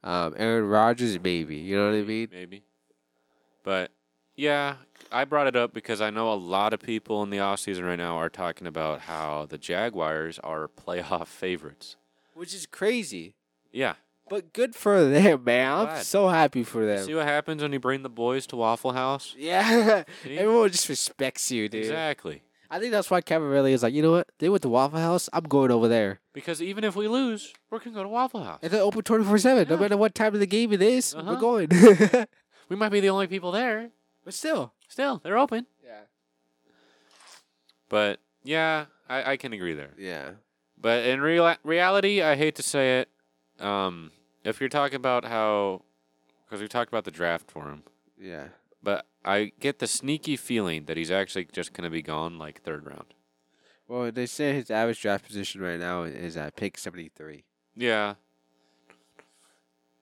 Um, Aaron Rodgers, maybe. You know what I mean?
Maybe. But yeah, I brought it up because I know a lot of people in the offseason right now are talking about how the Jaguars are [LAUGHS] playoff favorites.
Which is crazy,
Yeah.
but good for them, man. I'm
Glad.
so happy for
You
them.
see what happens when you bring the boys to Waffle House?
yeah, [LAUGHS]
See?
everyone just respects you, dude.
Exactly.
I think that's why Kevin Ridley is like, you know what? They went to Waffle House. I'm going over there.
Because even if we lose, we're going to go to Waffle House.
And they're open 24 seven. No
Yeah.
matter what time of the game it is,
Uh-huh.
we're going. [LAUGHS]
We might be the only people there.
but still,
Still, they're open.
yeah,
But yeah, I, I can agree there.
yeah.
But in real reality, I hate to say it. Um, if you're talking about how, because we talked about the draft for him,
Yeah.
but I get the sneaky feeling that he's actually just gonna be gone like third round.
Well, they say his average draft position right now is at pick 73.
Yeah,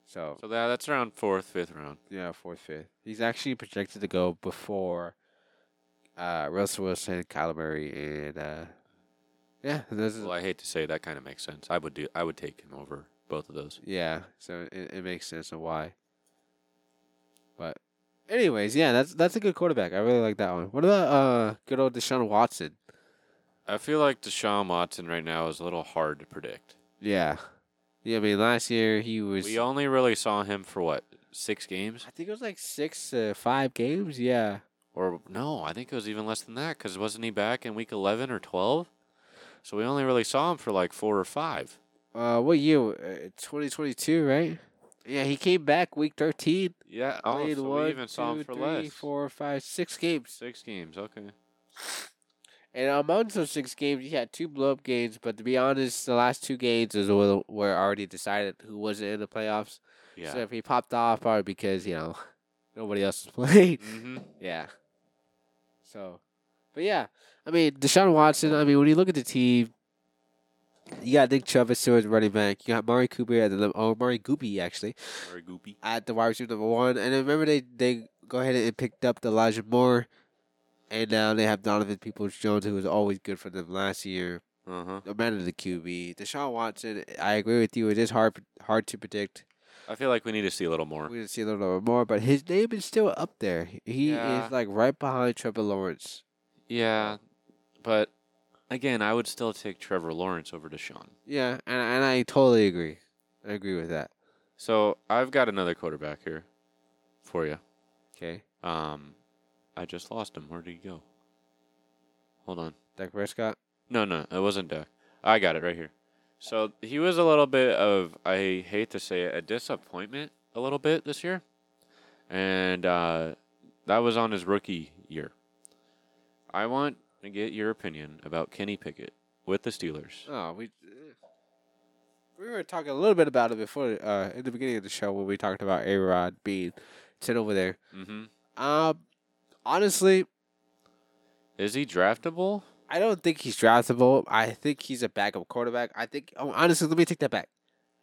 So,
so that that's around fourth, fifth round.
yeah, fourth, fifth. He's actually projected to go before uh, Russell Wilson, Kyler Murray, and uh, yeah, those are-
Well, I hate to say that kind of makes sense. I would do. I would take him over both of those.
Yeah, so it, it makes sense of why. But, anyways, yeah, that's that's a good quarterback. I really like that one. What about uh, good old Deshaun Watson?
I feel like Deshaun Watson right now is a little hard to predict.
Yeah, yeah. I mean, last year he was.
We only really saw him for what six games,
I think it was like six uh, five games. Yeah,
or no, I think it was even less than that because wasn't he back in week eleven or twelve? So we only really saw him for like four or five.
uh, what year? Twenty twenty two, right? Yeah, he came back week thirteen.
Yeah, oh,
played
so
one,
we even saw him
two,
for
three,
less.
four, five, six games.
Six games, okay.
And among those six games, he had two blow up games. But to be honest, the last two games is where were already decided who wasn't in the playoffs.
Yeah.
So if he popped off, probably because you know [LAUGHS] nobody else was [LAUGHS] playing.
mm-hmm.
Yeah. So, but yeah, I mean Deshaun Watson. I mean when you look at the team, you got Nick Chubb as Stewart's running back. You got Mari Cooper at the num- oh Mari Goopy actually
Or goopy.
at the wide receiver number one. And then remember they they go ahead and picked up Elijah Moore, and now they have Donovan Peoples Jones who was always good for them last year.
Uh huh.
No matter the QB, Deshaun Watson. I agree with you. It is hard hard to predict.
I feel like we need to see a little more.
We didn't see a little bit more, but his name is still up there. He
Yeah.
is like right behind Trevor Lawrence.
Yeah, but again, I would still take Trevor Lawrence over Deshaun.
Yeah, and and I totally agree. I agree with that.
So I've got another quarterback here for you.
Okay,
Um, I just lost him. Where did he go? Hold on.
Dak Prescott.
No, no, it wasn't Dak. I got it right here. So he was a little bit of I hate to say it, a disappointment a little bit this year, and uh, that was on his rookie year. I want to get your opinion about Kenny Pickett with the Steelers.
Oh, we we were talking a little bit about it before uh, in the beginning of the show when we talked about A Rod being sent over there.
Mm-hmm.
Um, honestly,
Is he draftable?
I don't think he's draftable. I think he's a backup quarterback. I think. Oh, honestly, let me take that back.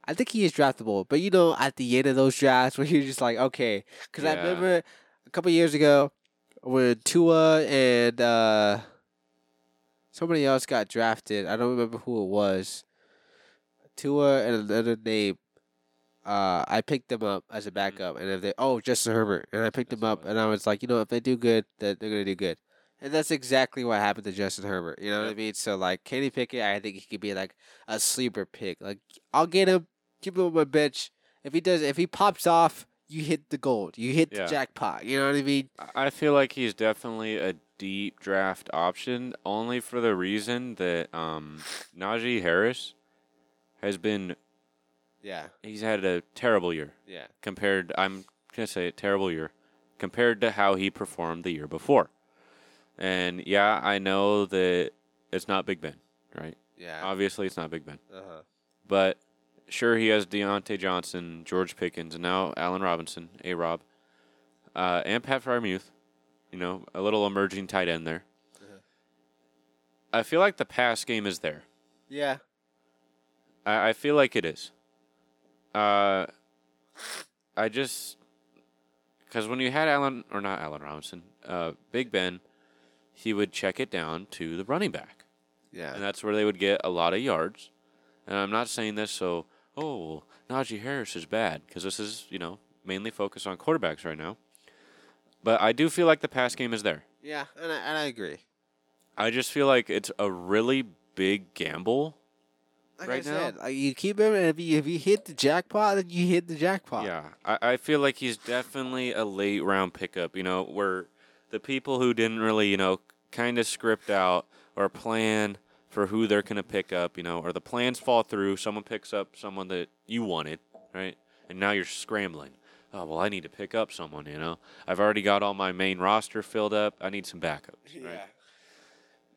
I think he is draftable, but you know, at the end of those drafts, where you're just like, okay, because I
Yeah.
remember a couple years ago when Tua and uh, somebody else got drafted. I don't remember who it was. Tua and another name. Uh, I picked them up as a backup, and if they oh Mm. Justin Herbert, and I picked
That's
them up,
what-
and I was like, you know, if they do good, that they're gonna do good. And that's exactly what happened to Justin Herbert. You know what I
Yep.
mean? So like Kenny Pickett, I think he could be like a sleeper pick. Like I'll get him, keep him on my bench. If he does, if he pops off, you hit the gold, you hit
Yeah.
the jackpot. You know what I mean?
I- I feel like he's definitely a deep draft option, only for the reason that um, Najee Harris has been
Yeah,
he's had a terrible year
yeah,
compared. I'm gonna say it, terrible year compared to how he performed the year before. And yeah, I know that it's not Big Ben, right?
yeah.
Obviously, it's not Big Ben,
Uh-huh.
but sure he has Deontay Johnson, George Pickens, and now Allen Robinson, A. Rob, uh, and Pat Fryermuth. You know, a little emerging tight end there.
Uh-huh.
I feel like the pass game is there.
Yeah,
I, I feel like it is. Uh, I just because when you had Allen or not Allen Robinson, uh, Big Ben, he would check it down to the running back,
yeah.
and that's where they would get a lot of yards. And I'm not saying this so oh Najee Harris is bad because this is you know mainly focused on quarterbacks right now. But I do feel like the pass game is there.
Yeah, and I, and I agree.
I just feel like it's a really big gamble.
Like I
Right now-
said, like, you keep him, and if you, if you hit the jackpot, then you hit the jackpot. [LAUGHS]
Yeah, I, I feel like he's definitely a late round pickup. You know, where the people who didn't really, you know, kind of script out or plan for who they're gonna pick up, you know, or the plans fall through. Someone picks up someone that you wanted, right? And now you're scrambling. Oh well, I need to pick up someone. You know, I've already got all my main roster filled up. I need some backups. Right?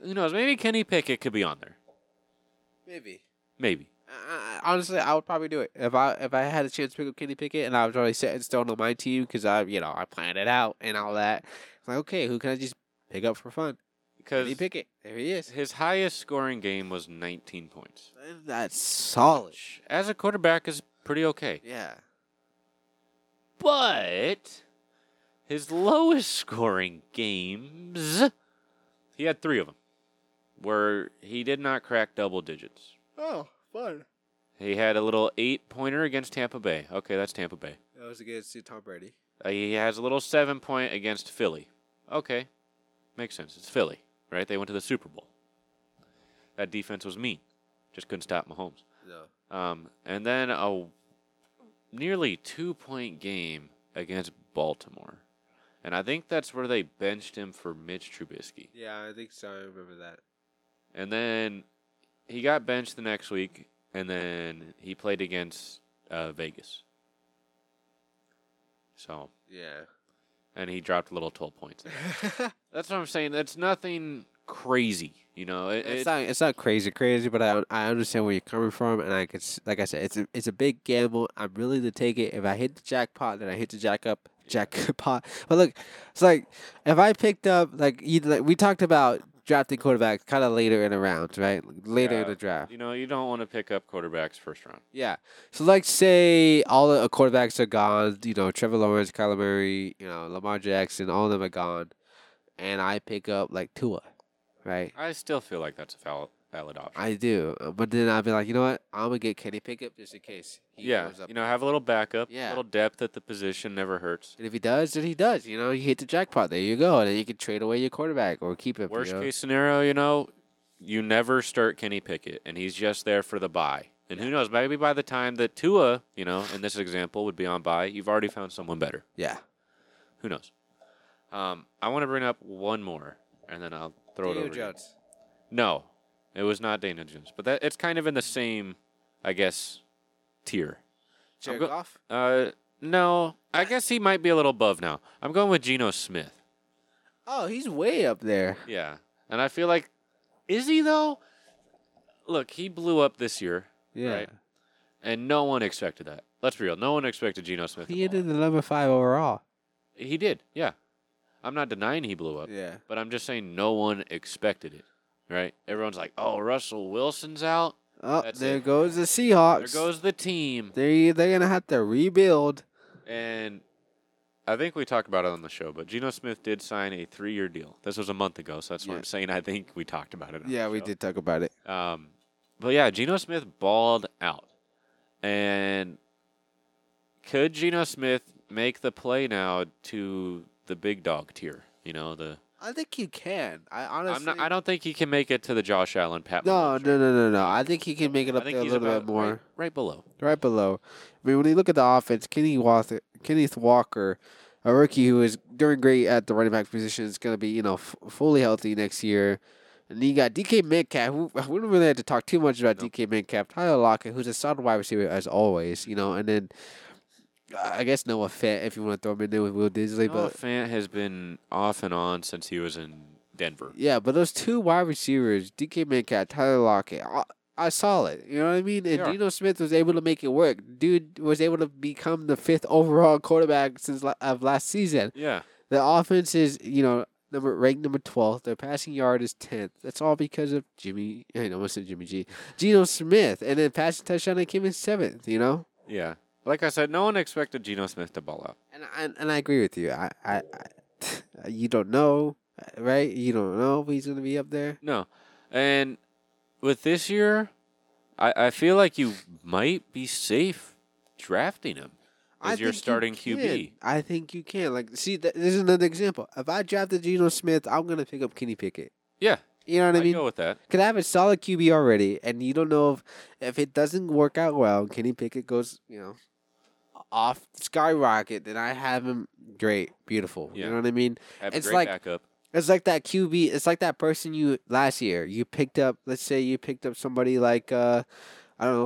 Who knows? Maybe Kenny Pickett could be on there.
maybe.
Maybe.
I, I- honestly, I would probably do it if I if I had a chance to pick up Kenny Pickett and I was already set in stone on my team because I you know I planned it out and all that. It's like okay, who can I just pick up for fun?
Because
Kenny Pickett, there he is.
his highest scoring game was 19 points.
That's solid.
which, as a quarterback is pretty okay.
Yeah,
But his lowest scoring games, he had three of them where he did not crack double digits.
Oh, fun.
He had a little eight pointer against Tampa Bay. Okay, that's Tampa Bay.
That was against Tom Brady.
Uh, he has a little seven point against Philly. Okay, makes sense. It's Philly, right? They went to the Super Bowl. That defense was mean, just couldn't stop Mahomes.
No.
Um, and then a nearly two point game against Baltimore. And I think that's where they benched him for Mitch Trubisky.
Yeah, I think so. I remember that.
And then he got benched the next week, and then he played against uh, Vegas. So, [LAUGHS]
Yeah.
and he dropped a little 12 points. That's what I'm saying. That's nothing crazy, you know. It,
it's
it-
not it's not crazy crazy, but I I understand where you're coming from, and I could s- like I said, it's a it's a big gamble. I'm willing to take it. If I hit the jackpot, then I hit the jack [LAUGHS] up jackpot. But look, it's like if I picked up like either like, we talked about drafting quarterbacks kind of later in the rounds, right? Later in
Yeah.
the draft.
you know, you don't want to pick up quarterbacks first round.
Yeah. So like say all the uh, quarterbacks are gone, you know, Trevor Lawrence, Kyler Murray, you know, Lamar Jackson, all of them are gone, and I pick up like Tua, right?
I still feel like that's a valid, valid option.
I do, uh, but then I'll be like, you know what? I'm gonna get Kenny Pickup just in case. He
yeah,
goes up.
you know, have a little backup, a
Yeah.
little depth at the position never hurts.
and if he does, then he does. You know, you hit the jackpot. There you go, and then you can trade away your quarterback or keep it.
Worst case scenario, you know, you never start Kenny Pickett, and he's just there for the buy. And who knows? Maybe by the time that Tua, you know, in this example, would be on buy, you've already found someone better.
yeah.
Who knows? Um, I want to bring up one more, and then I'll throw it over. to you. No, it was not Daniel Jones, but that it's kind of in the same, I guess, tier.
Jared
go-
Goff.
Uh, no, I guess he might be a little above now. I'm going with Geno Smith.
Oh, he's way up there.
Yeah, and I feel like, is he though? Look, he blew up this year,
Yeah,
Right. and no one expected that. Let's be real. No one expected Geno Smith. to
he
blow
ended the number five overall.
up. He did. Yeah, I'm not denying he blew up.
Yeah,
But I'm just saying no one expected it, right? Everyone's like, "Oh, Russell Wilson's out.
oh,
That's
there
it.
goes the
There
Seahawks.
goes the team."
They they're gonna have to rebuild.
And I think we talked about it on the show, but Geno Smith did sign a three-year deal. This was a month ago, so that's why
Yeah.
I'm saying I think we talked about it. on
Yeah,
the
we
show.
did talk about it.
Um, but yeah, Geno Smith balled out, and could Geno Smith make the play now to the big dog tier? You know, the
I think you can. I honestly.
I'm not, I don't think he can make it to the Josh Allen Pat.
No,
Mahomes tier.
no, no, no, no. I think he can make it
I
up
think
there a
he's
little
about
bit more.
right, right below.
right below. I mean, when you look at the offense, Kenny Walker, Kenneth Walker, a rookie who is doing great at the running back position, is going to be you know f- fully healthy next year. And you got DK Metcalf. Who, we don't really have to talk too much about
Nope.
DK Metcalf. Tyler Lockett, who's a solid wide receiver as always, you know, and then I guess Noah Fant if you want to throw him in there with Will Disley,
Noah
but
Fant has been off and on since he was in Denver.
yeah, but those two wide receivers, DK Metcalf, Tyler Lockett, are, are solid. You know what I mean? And
are.
Geno Smith was able to make it work. Dude was able to become the fifth overall quarterback since la- of last season.
Yeah,
The offense is, you know, number ranked number twelfth. Their passing yard is tenth. That's all because of Jimmy. I almost said Jimmy G. Geno Smith, and then passing touchdown. They came in seventh. You know.
yeah. Like I said, no one expected Geno Smith to ball out.
And I, and I agree with you. I, I, I [SIGHS] you don't know, right? You don't know if he's gonna be up there.
No, and with this year, I, I feel like you might be safe drafting him as your
think you
starting QB.
can. I think you can. Like, see, th- this is another example. If I drafted Geno Smith, I'm gonna pick up Kenny Pickett.
Yeah,
You know what I
I
mean?
go with that.
Could I have a solid QB already, and you don't know if if it doesn't work out well, Kenny Pickett goes, you know, off skyrocket. Then I have him great, beautiful.
Yeah.
You know what I mean?
Have a
It's
great
like-
backup.
It's like that QB. It's like that person you last year. You picked up. Let's say you picked up somebody like uh, I don't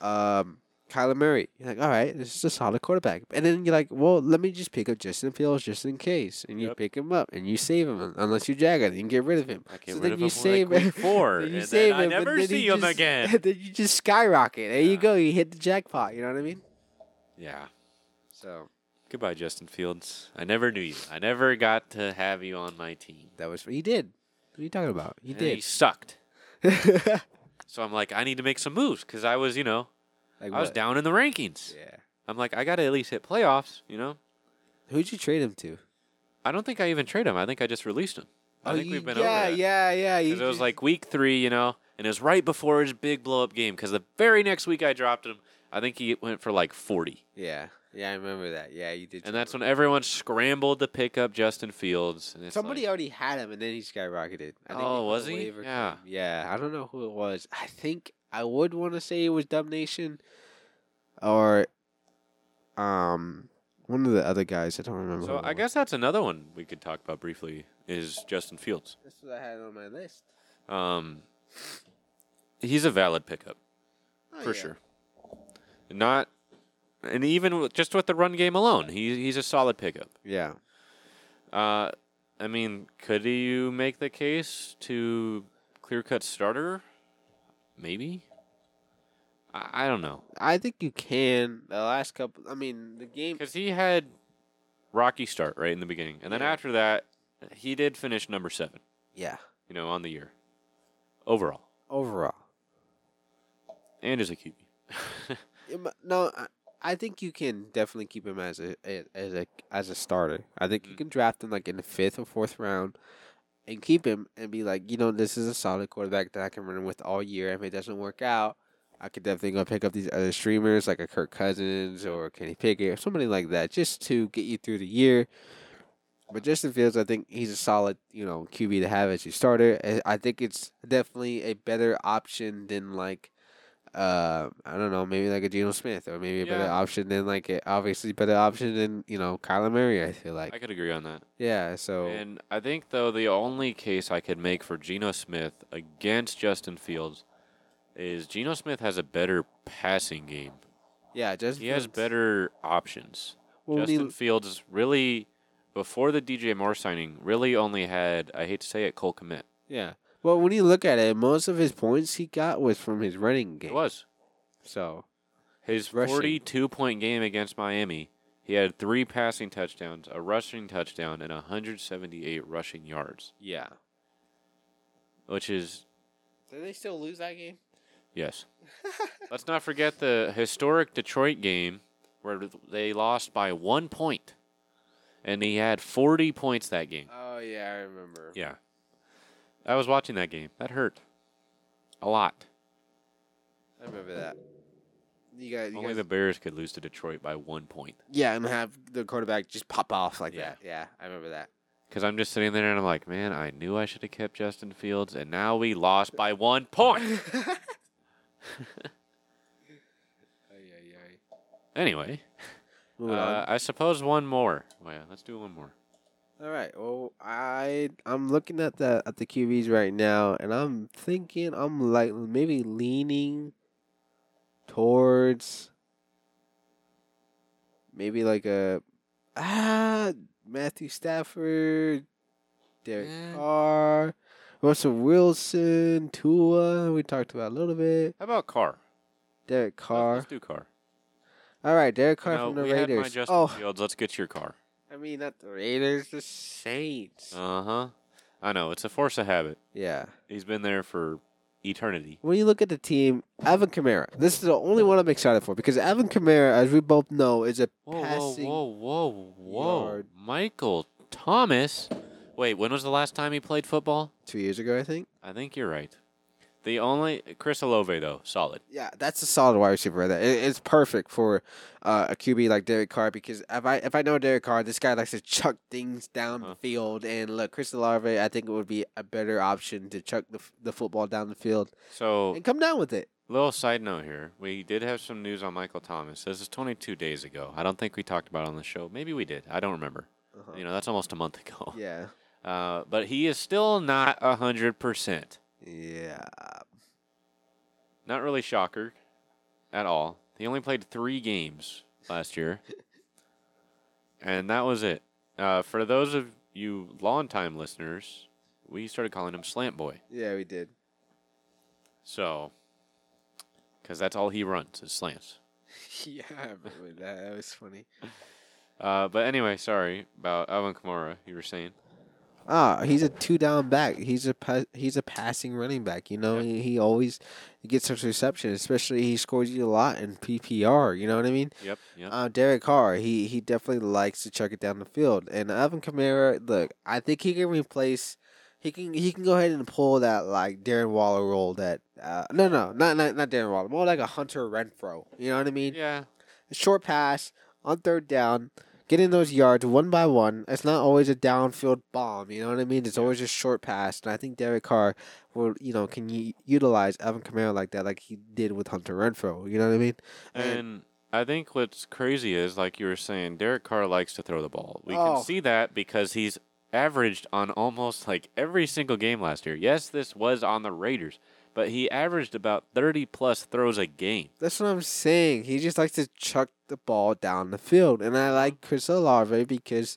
know, um, Kyler Murray. You're like, all right, this is a solid quarterback. And then you're like, well, let me just pick up Justin Fields just in case. And you
Yep.
pick him up and you save him unless you jag it and get rid of him.
I get
so
rid
then
of
you
him
save
like
him. [LAUGHS]
week four,
Then you
and
save
then I
him, and
never
then
see
you
him
just-
again.
[LAUGHS] then you just skyrocket. There you
Yeah.
go. You hit the jackpot. You know what I mean?
yeah.
So
Goodbye, Justin Fields. I never knew you. I never got to have you on my team.
that was he did. What are you talking about? He
And He
did. [LAUGHS]
sucked. So I'm like, I need to make some moves because I was, you know,
like
I was
what?
down in the rankings.
Yeah.
I'm like, I got to at least hit playoffs, you know?
Who'd you trade him to?
I don't think I even trade him. I think I just released him. I think
Oh, you-
we've been
yeah,
over that.
Yeah, yeah, yeah.
Because it was like week three, you know, and it was right before his big blow up game because the very next week I dropped him. I think he went for like 40.
Yeah. Yeah, I remember that. Yeah, you did.
And that's when everyone scrambled to pick up Justin Fields. And it's
somebody
like,
already had him, and then he skyrocketed. I think
Oh,
put
was
a
he?
waiver
Yeah.
claim. Yeah, I don't know who it was. I think I would want to say it was Dub Nation, or um, one of the other guys. I don't remember.
So
who it
I
was.
guess that's another one we could talk about briefly is Justin Fields.
that's what I had on my list
Um, he's a valid pickup
Oh,
for sure. Not, and even with, just with the run game alone, he he's a solid pickup.
Yeah,
Uh, I mean, could you make the case to clear cut starter? Maybe. I, I don't know
I think you can. The last couple. I mean, the game.
because he had rocky start right in the beginning, and then
Yeah.
after that, he did finish number seven.
Yeah,
You know, on the year overall,
overall.
and as a QB.
Um, No, I- I think you can definitely keep him as a a- as a as a starter. I think you
Mm.
can draft him like in the fifth or fourth round, and keep him and be like, you know, this is a solid quarterback that I can run with all year. If it doesn't work out, I could definitely go pick up these other streamers like a Kirk Cousins or Kenny Pickett or somebody like that, just to get you through the year. But Justin Fields, I think he's a solid, you know, QB to have as your starter. I- I think it's definitely a better option than like uh, I don't know, maybe like a Geno Smith, or maybe a better
Yeah.
option than like a, obviously better option than you know Kyler Murray. I feel like,
I could agree on that.
yeah. So
And I think though the only case I could make for Geno Smith against Justin Fields is Geno Smith has a better passing game.
yeah, Justin
He has
Fields-
better options.
Well, when he-
Justin Fields really before the DJ Moore signing really only had I hate to say it Cole Komet.
yeah. Well, when you look at it, most of his points he got was from his running game.
It was
So
his
Rushing.
42 point game against Miami. He had three passing touchdowns, a rushing touchdown, and 178 rushing yards,
yeah.
which is
Did they still lose that game? [LAUGHS]
Yes. Let's not forget the historic Detroit game where they lost by one point, and he had 40 points that game.
Oh yeah, I remember.
Yeah. I was watching that game. That hurt. A lot.
I remember that. You guys, you
Only
guys
the Bears could lose to Detroit by one point.
yeah, and have the quarterback just pop off like
Yeah.
that. Yeah, I remember [LAUGHS] that.
Because I'm just sitting there and I'm like, man, I knew I should have kept Justin Fields, and now we lost by one
[LAUGHS]
point. anyway,
Moving on.
uh, I suppose one more. Well, yeah, let's do one more.
All right. Well, I I'm looking at the at the QBs right now, and I'm thinking I'm like maybe leaning towards maybe like a ah Matthew Stafford, Derek
Eh.
Carr, Russell Wilson, Tua. We talked about a little bit.
How about Carr?
Derek Carr.
Let's do Carr.
All right, Derek Carr
No,
from the
we had my
Raiders.
Justin
Oh,
Fields. Let's get your car.
I mean not the Raiders, the Saints.
Uh huh. I know it's a force of habit.
yeah.
He's been there for eternity.
when you look at the team, Alvin Kamara. This is the only one I'm excited for because Alvin Kamara, as we both know, is a
Whoa,
passing.
whoa, whoa, whoa, whoa!
yard.
Michael Thomas. Wait, when was the last time he played football?
Two years ago, I think.
I think you're right. The only Chris Olave though, solid.
Yeah, that's a solid wide receiver. Right there. It, it's perfect for uh, a QB like Derek Carr because if I if I know Derek Carr, this guy likes to chuck things down
Huh.
the field. And look, Chris Olave, I think it would be a better option to chuck the, f- the football down the field
So,
and come down with it.
little side note here: we did have some news on Michael Thomas. This is 22 days ago. I don't think we talked about it on the show. Maybe we did. I don't remember.
Uh-huh.
You know, that's almost a month ago.
Yeah,
[LAUGHS] Uh, but he is still not hundred percent.
yeah.
Not really shocker at all. He only played three games last
[LAUGHS]
year, and that was it. Uh, for those of you longtime listeners, we started calling him Slant Boy.
Yeah, we did. [LAUGHS]
So, because that's all he runs is slants.
yeah, I remember that. That was funny.
Uh, but anyway, sorry about Alvin Kamara. You were saying
Ah, he's a two down back. He's a pa- he's a passing running back. You know,
Yep.
he, he always gets his reception, especially he scores you a lot in PPR. You know what I mean?
yep, yep.
Uh, Derek Carr, he he definitely likes to chuck it down the field. And Alvin Kamara, look, I think he can replace. He can he can go ahead and pull that like Darren Waller role that uh, no no not not not Darren Waller more like a Hunter Renfro you know what I mean
Yeah.
short pass on third down, getting those yards one by one. It's not always a downfield bomb, you know what I mean? It's always a short pass, and I think Derek Carr will, you know, can u- utilize Evan Kamara like that, like he did with Hunter Renfro. You know what I mean? And-
And I think what's crazy is, like you were saying, Derek Carr likes to throw the ball. We
Oh.
can see that because he's averaged on almost like every single game last year. Yes, this was on the Raiders, but he averaged about 30 plus throws a game.
That's what I'm saying. He just likes to chuck the ball down the field, and I like Chris Olave because,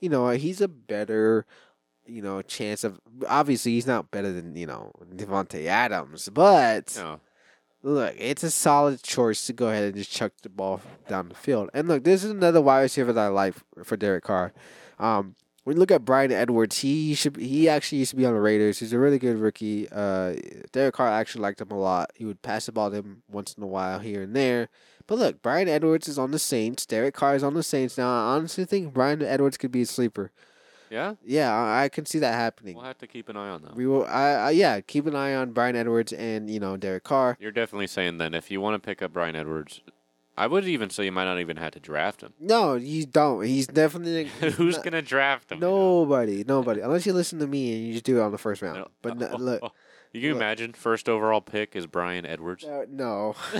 you know, he's a better, you know, chance of. Obviously, he's not better than you know Devonte Adams, but.
No.
Look, it's a solid choice to go ahead and just chuck the ball down the field. And look, this is another wide receiver that I like for Derek Carr. Um, when you look at Brian Edwards, he should he actually used to be on the Raiders. He's a really good rookie. Uh, Derek Carr actually liked him a lot. He would pass the ball to him once in a while here and there. But look, Brian Edwards is on the Saints. Derek Carr is on the Saints now. I honestly think Brian Edwards could be a sleeper.
Yeah?
Yeah, I, I can see that happening.
We'll have to keep an eye on that.
We will. I, I yeah, keep an eye on Brian Edwards and you know Derek Carr.
You're definitely saying then if you want to pick up Brian Edwards, I would even say you might not even have to draft him.
No, you don't.
[LAUGHS]
He's definitely
Who's going to draft him? you know?
nobody, nobody. Unless you listen to me and you just do it on the first round.
No. [LAUGHS]
But no, look,
You can
look.
imagine first overall pick is Brian Edwards.
uh, no,
[LAUGHS]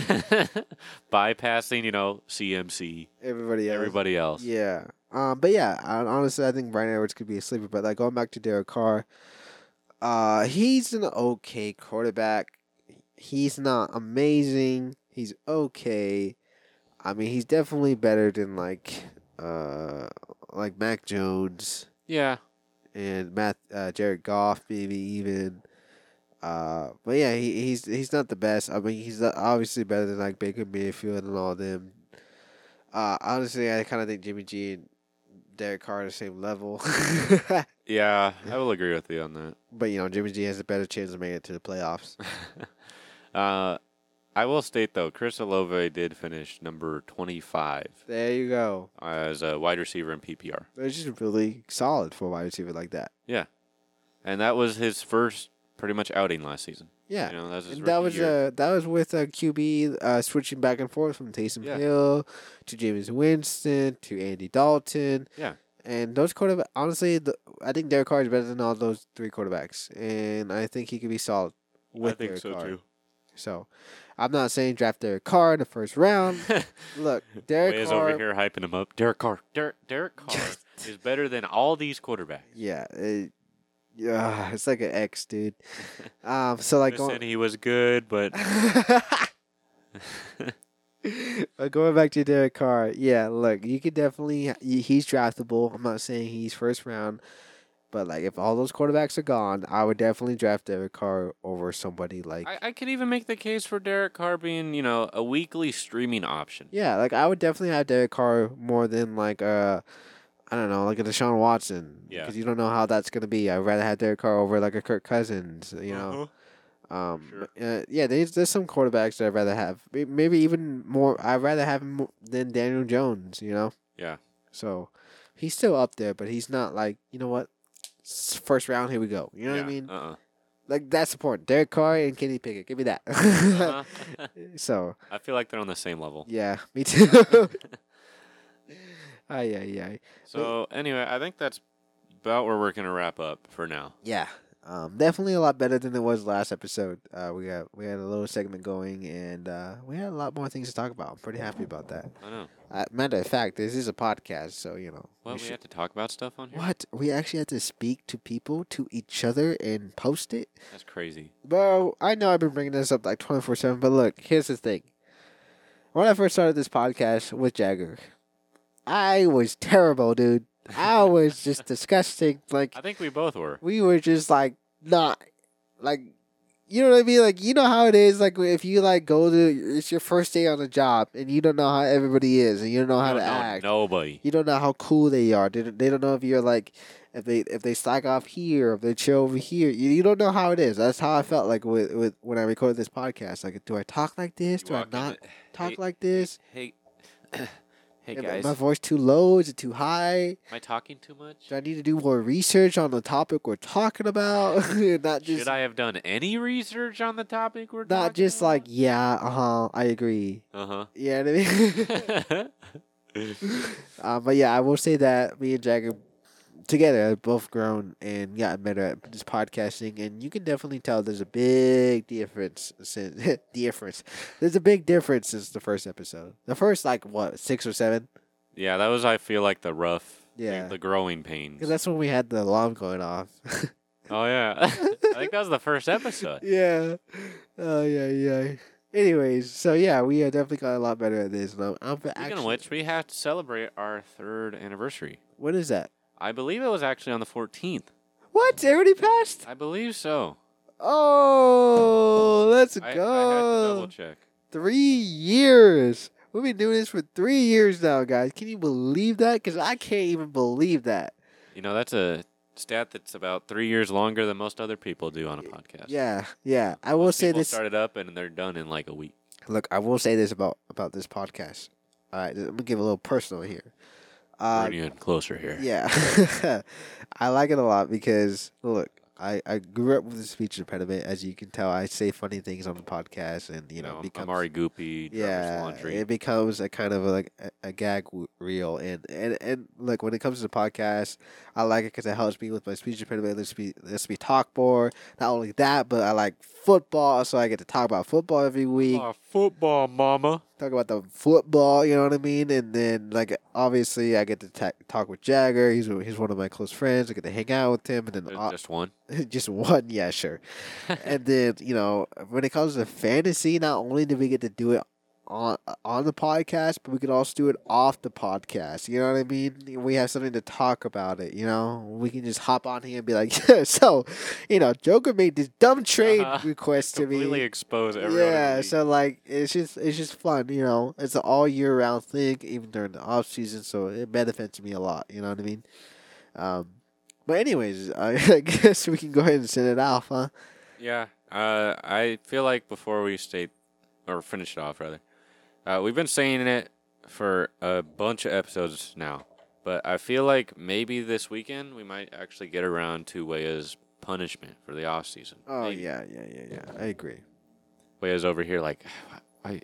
Bypassing, you know, CMC,
everybody else.
everybody else.
Yeah. Um. But yeah, I, honestly, I think Brian Edwards could be a sleeper. But like going back to Derek Carr, uh, he's an okay quarterback. He's not amazing. He's okay. I mean, he's definitely better than like, uh, like Mac Jones.
Yeah.
and Matt uh, Jared Goff maybe even. Uh, but yeah, he, he's he's not the best. I mean, he's not- obviously better than like Baker Mayfield and all them. Uh, honestly, I kind of think Jimmy G and Derek Carr are the same level. [LAUGHS]
Yeah, I will agree with you on that.
but you know, Jimmy G has a better chance of making it to the playoffs.
[LAUGHS] Uh, I will state though, Chris Olave did finish number 25
There you go.
as a wide receiver in PPR,
They're just really solid for a wide receiver like that.
and that was his first pretty much outing last season.
Yeah.
You know, that was his
And that
rookie
was
year.
uh that was with uh, QB uh, switching back and forth from Taysom
Yeah.
Hill to James Winston to Andy Dalton.
Yeah.
And those quarterbacks, honestly, the, I think Derek Carr is better than all those three quarterbacks, and I think he could be solid with
I think
Derek
so
Carr.
too.
So, I'm not saying draft Derek Carr in the
[LAUGHS]
first round. Look, Derek
Way is
Um, Carr.
over here hyping him up. Derek Carr. Derek,
[LAUGHS]
Derek Carr is better than all these quarterbacks.
Yeah, it, yeah, it's like an
[LAUGHS]
X, dude. Um, so like
Listen,
going,
he was good, but
[LAUGHS] Uh, going back to Derek Carr, yeah, look, you could definitely y- he's draftable. I'm not saying he's first round, but like if all those quarterbacks are gone, I would definitely draft Derek Carr over somebody like
I, I could even make the case for Derek Carr being, you know, a weekly streaming option.
yeah, like I would definitely have Derek Carr more than like uh I don't know, like a Deshaun Watson.
Yeah.
because you don't know how that's gonna be. I'd rather have Derek Carr over like a Kirk Cousins.
Mm-hmm.
You know.
Uh-huh.
Um,
Sure.
uh, yeah, there's there's some quarterbacks that I'd rather have. May- Maybe even more. I'd rather have him mo- than Daniel Jones. You know.
Yeah.
So, he's still up there, but he's not like you know what. S- First round, here we go. You know what I mean? [LAUGHS]
Uh-uh.
like that's the point. Derek Carr and Kenny Pickett. Give me that.
Uh-huh.
[LAUGHS] so
I feel like they're on the same level.
yeah,
[LAUGHS]
me too. [LAUGHS] ay ay ay.
So anyway, I think that's about where we're gonna wrap up for now.
Yeah. Um, definitely a lot better than it was last episode. Uh, we got we had a little segment going, and uh, we had a lot more things to talk about. I'm pretty happy about that.
I know.
Uh, matter of fact, this is a podcast, so you know.
What we,
should-
have to talk about stuff on here?
what we actually had to speak to people, to each other, and post it,
That's crazy.
bro. I know I've been bringing this up like twenty four seven, but look, here's the thing. When I first started this podcast with Jagger, I was terrible, dude.
[LAUGHS]
I was just disgusting. Like
I think we both were.
we were just like not like you know what I mean? Like you know how it is. Like if you like go to it's your first day on the job and you don't know how everybody is and you don't know how
You
to
don't know
act.
Nobody.
You don't know how cool they are. They don't, they don't know if you're like if they if they slack off here, if they chill over here. You, you don't know how it is. That's how I felt like with, with when I recorded this podcast. Like, do I talk like this?
You
Do I
walk in
not
the-
talk
hey, [COUGHS]
like this?
Hey, Hey
Am- am
guys,
My voice too low? Is it too high?
am I talking too much?
Do I need to do more research on the topic we're talking about? [LAUGHS] And not just
Should I have done any research on the topic we're
not just like yeah, uh huh, I agree.
Uh
[LAUGHS]
huh.
Yeah, what I mean. [LAUGHS] um, but yeah, I will say that me and Jagger together have both grown and gotten better at this podcasting, and you can definitely tell there's a big difference since [LAUGHS] difference. There's a big difference since the first episode. The first like what six or seven?
[LAUGHS] yeah, that was I feel like the rough, the-
Yeah.
the growing
'Cause
pains.
that's when we had the alarm going off. [LAUGHS]
oh yeah, [LAUGHS] I think that was the first
[LAUGHS]
episode.
yeah. Oh yeah, yeah. Anyways, so yeah, we have definitely got a lot better at this. And I'm, I'm
Speaking of
actually,
which, we have to celebrate our third anniversary.
what is that?
I believe it was actually on the 14th.
What? It already passed?
I believe so.
Oh, let's
I, I had to
go.
double check.
three years. We've been doing this for three years now, guys. Can you believe that? Because I can't even believe that.
You know, that's a stat that's about three years longer than most other people do on a podcast.
Yeah, yeah. I will
Most
say
people
this.
started up and they're done in like a week.
Look, I will say this about about this podcast. All right, I'm gonna give a little personal here.
We're
Uh,
getting closer here.
Yeah. [LAUGHS] I like it a lot because, look, I, I grew up with a speech impediment. As you can tell, I say funny things on the podcast and, you know,
I'm-
becomes,
I'm already goopy. Yeah,
yeah,
laundry.
it becomes a kind of like a, a gag w- reel. And, and, and look, when it comes to the podcast, I like it because it helps me with my speech impediment. It lets me, lets me talk more. Not only that, but I like football. So I get to talk about football every week
Aw, football, mama.
talk about the football, you know what I mean? And then, like, obviously, I get to ta- talk with Jagger. He's he's one of my close friends. I get to hang out with him, and then
There's
uh,
Just one.
[LAUGHS] just one, yeah, sure. and then, you know, when it comes to fantasy, not only do we get to do it on on the podcast, but we could also do it off the podcast. You know what I mean? We have something to talk about it. You know, we can just hop on here and be like, [LAUGHS] yeah, so, you know, Joker made this dumb trade
Uh-huh.
request to me.
Completely expose everyone. in the
Yeah,
league.
so like it's just it's just fun, you know. It's an all year round thing, even during the off season, so it benefits me a lot. You know what I mean? Um, but anyways, [LAUGHS] I, I guess we can go ahead and send it off, huh?
Yeah, uh, I feel like before we state or finish it off, rather, uh, we've been saying it for a bunch of episodes now, but I feel like maybe this weekend we might actually get around to Weya's punishment for the off season.
Oh
Maybe.
yeah, yeah, yeah, yeah. I agree.
Weya's over here like, why?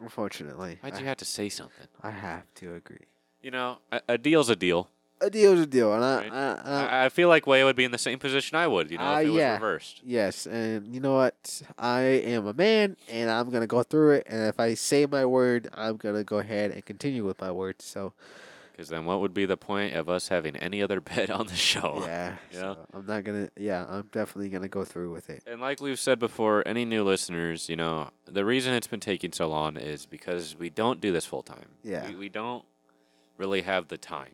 Unfortunately,
Why'd you have to say something?
I, I have to agree.
You know, a, a deal's a deal.
A deal's a deal, and I,
Right.
I, I,
I, I feel like Weya would be in the same position I would. You know,
Ah,
if it
Uh. yeah.
was reversed.
yes, and you know what? I am a man, and I'm gonna go through it. And if I say my word, I'm gonna go ahead and continue with my word. So
Because then, what would be the point of us having any other [LAUGHS] bet on the show?
Yeah.
Oh, [LAUGHS] Yeah.
so I'm not gonna. Yeah, I'm definitely gonna go through with it.
And like we've said before, any new listeners, you know, the reason it's been taking so long is because we don't do this full time.
Yeah.
We, we don't really have the time.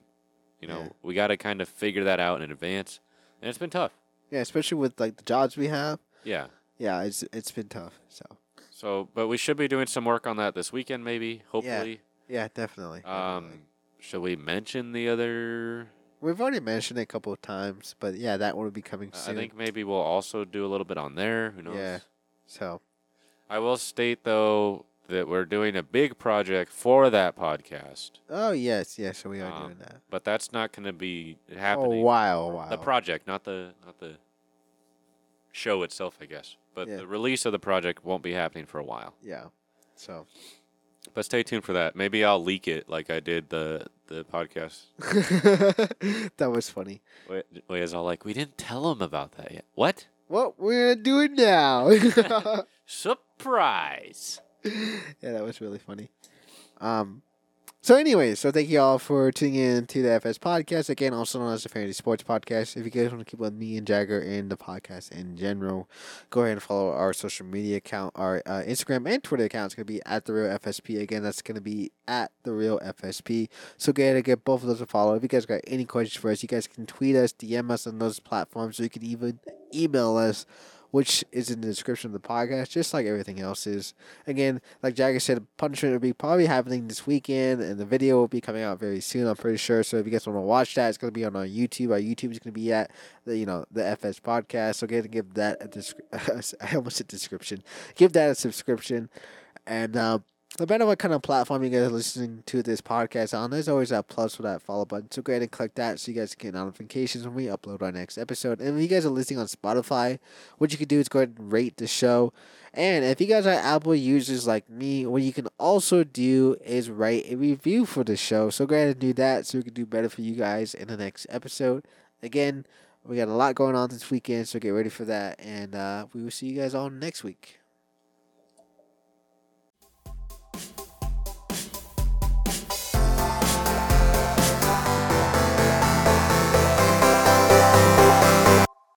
You know,
Yeah.
we got to kind of figure that out in advance. And it's been tough.
Yeah, especially with like the jobs we have.
Yeah.
Yeah, it's it's been tough. So
So, but we should be doing some work on that this weekend, maybe, hopefully.
yeah, definitely.
Um,
definitely.
should we mention the other?
we've already mentioned it a couple of times, but yeah, that one will be coming
I-
soon.
I think maybe we'll also do a little bit on there. Who knows?
Yeah. so.
I will state, though, that we're doing a big project for that podcast.
Oh yes, yes. So we are
Um,
doing that.
but that's not going to be
Oh
happening.
wow, wow.
The project, not the not the show itself, I guess. But
Yeah.
the release of the project won't be happening for a while.
yeah. So [LAUGHS]
But stay tuned for that. Maybe I'll leak it like I did the the podcast.
[LAUGHS] that was funny.
Way Way is all like, we didn't tell him about that yet. What
What we're gonna do it now? [LAUGHS] yeah,
surprise?
[LAUGHS] that was really funny. Um. So, anyways, so thank you all for tuning in to the FS podcast again, also known as the Fantasy Sports Podcast. If you guys want to keep up with me and Jagger and the podcast in general, go ahead and follow our social media account, our uh, Instagram and Twitter account. It's going to be at the Real FSP. Again, that's going to be at the Real FSP. So go ahead and get both of those to follow. If you guys got any questions for us, you guys can tweet us, DM us on those platforms, or you can even email us. Which is in the description of the podcast, just like everything else is. Again, like Jagger said, punishment will be probably happening this weekend, and the video will be coming out very soon. I'm pretty sure. So if you guys want to watch that, it's gonna be on our YouTube. Our YouTube is gonna be at the you know the FS podcast. So get give [LAUGHS] that a descri- I almost said description. Give that a subscription, and uh, No matter what kind of platform you guys are listening to this podcast on, there's always that plus or that follow button. So go ahead and click that so you guys get notifications when we upload our next episode. And if you guys are listening on Spotify, what you can do is go ahead and rate the show. And if you guys are Apple users like me, what you can also do is write a review for the show. So go ahead and do that so we can do better for you guys in the next episode. Again, we got a lot going on this weekend, so get ready for that. And uh, we will see you guys all next week.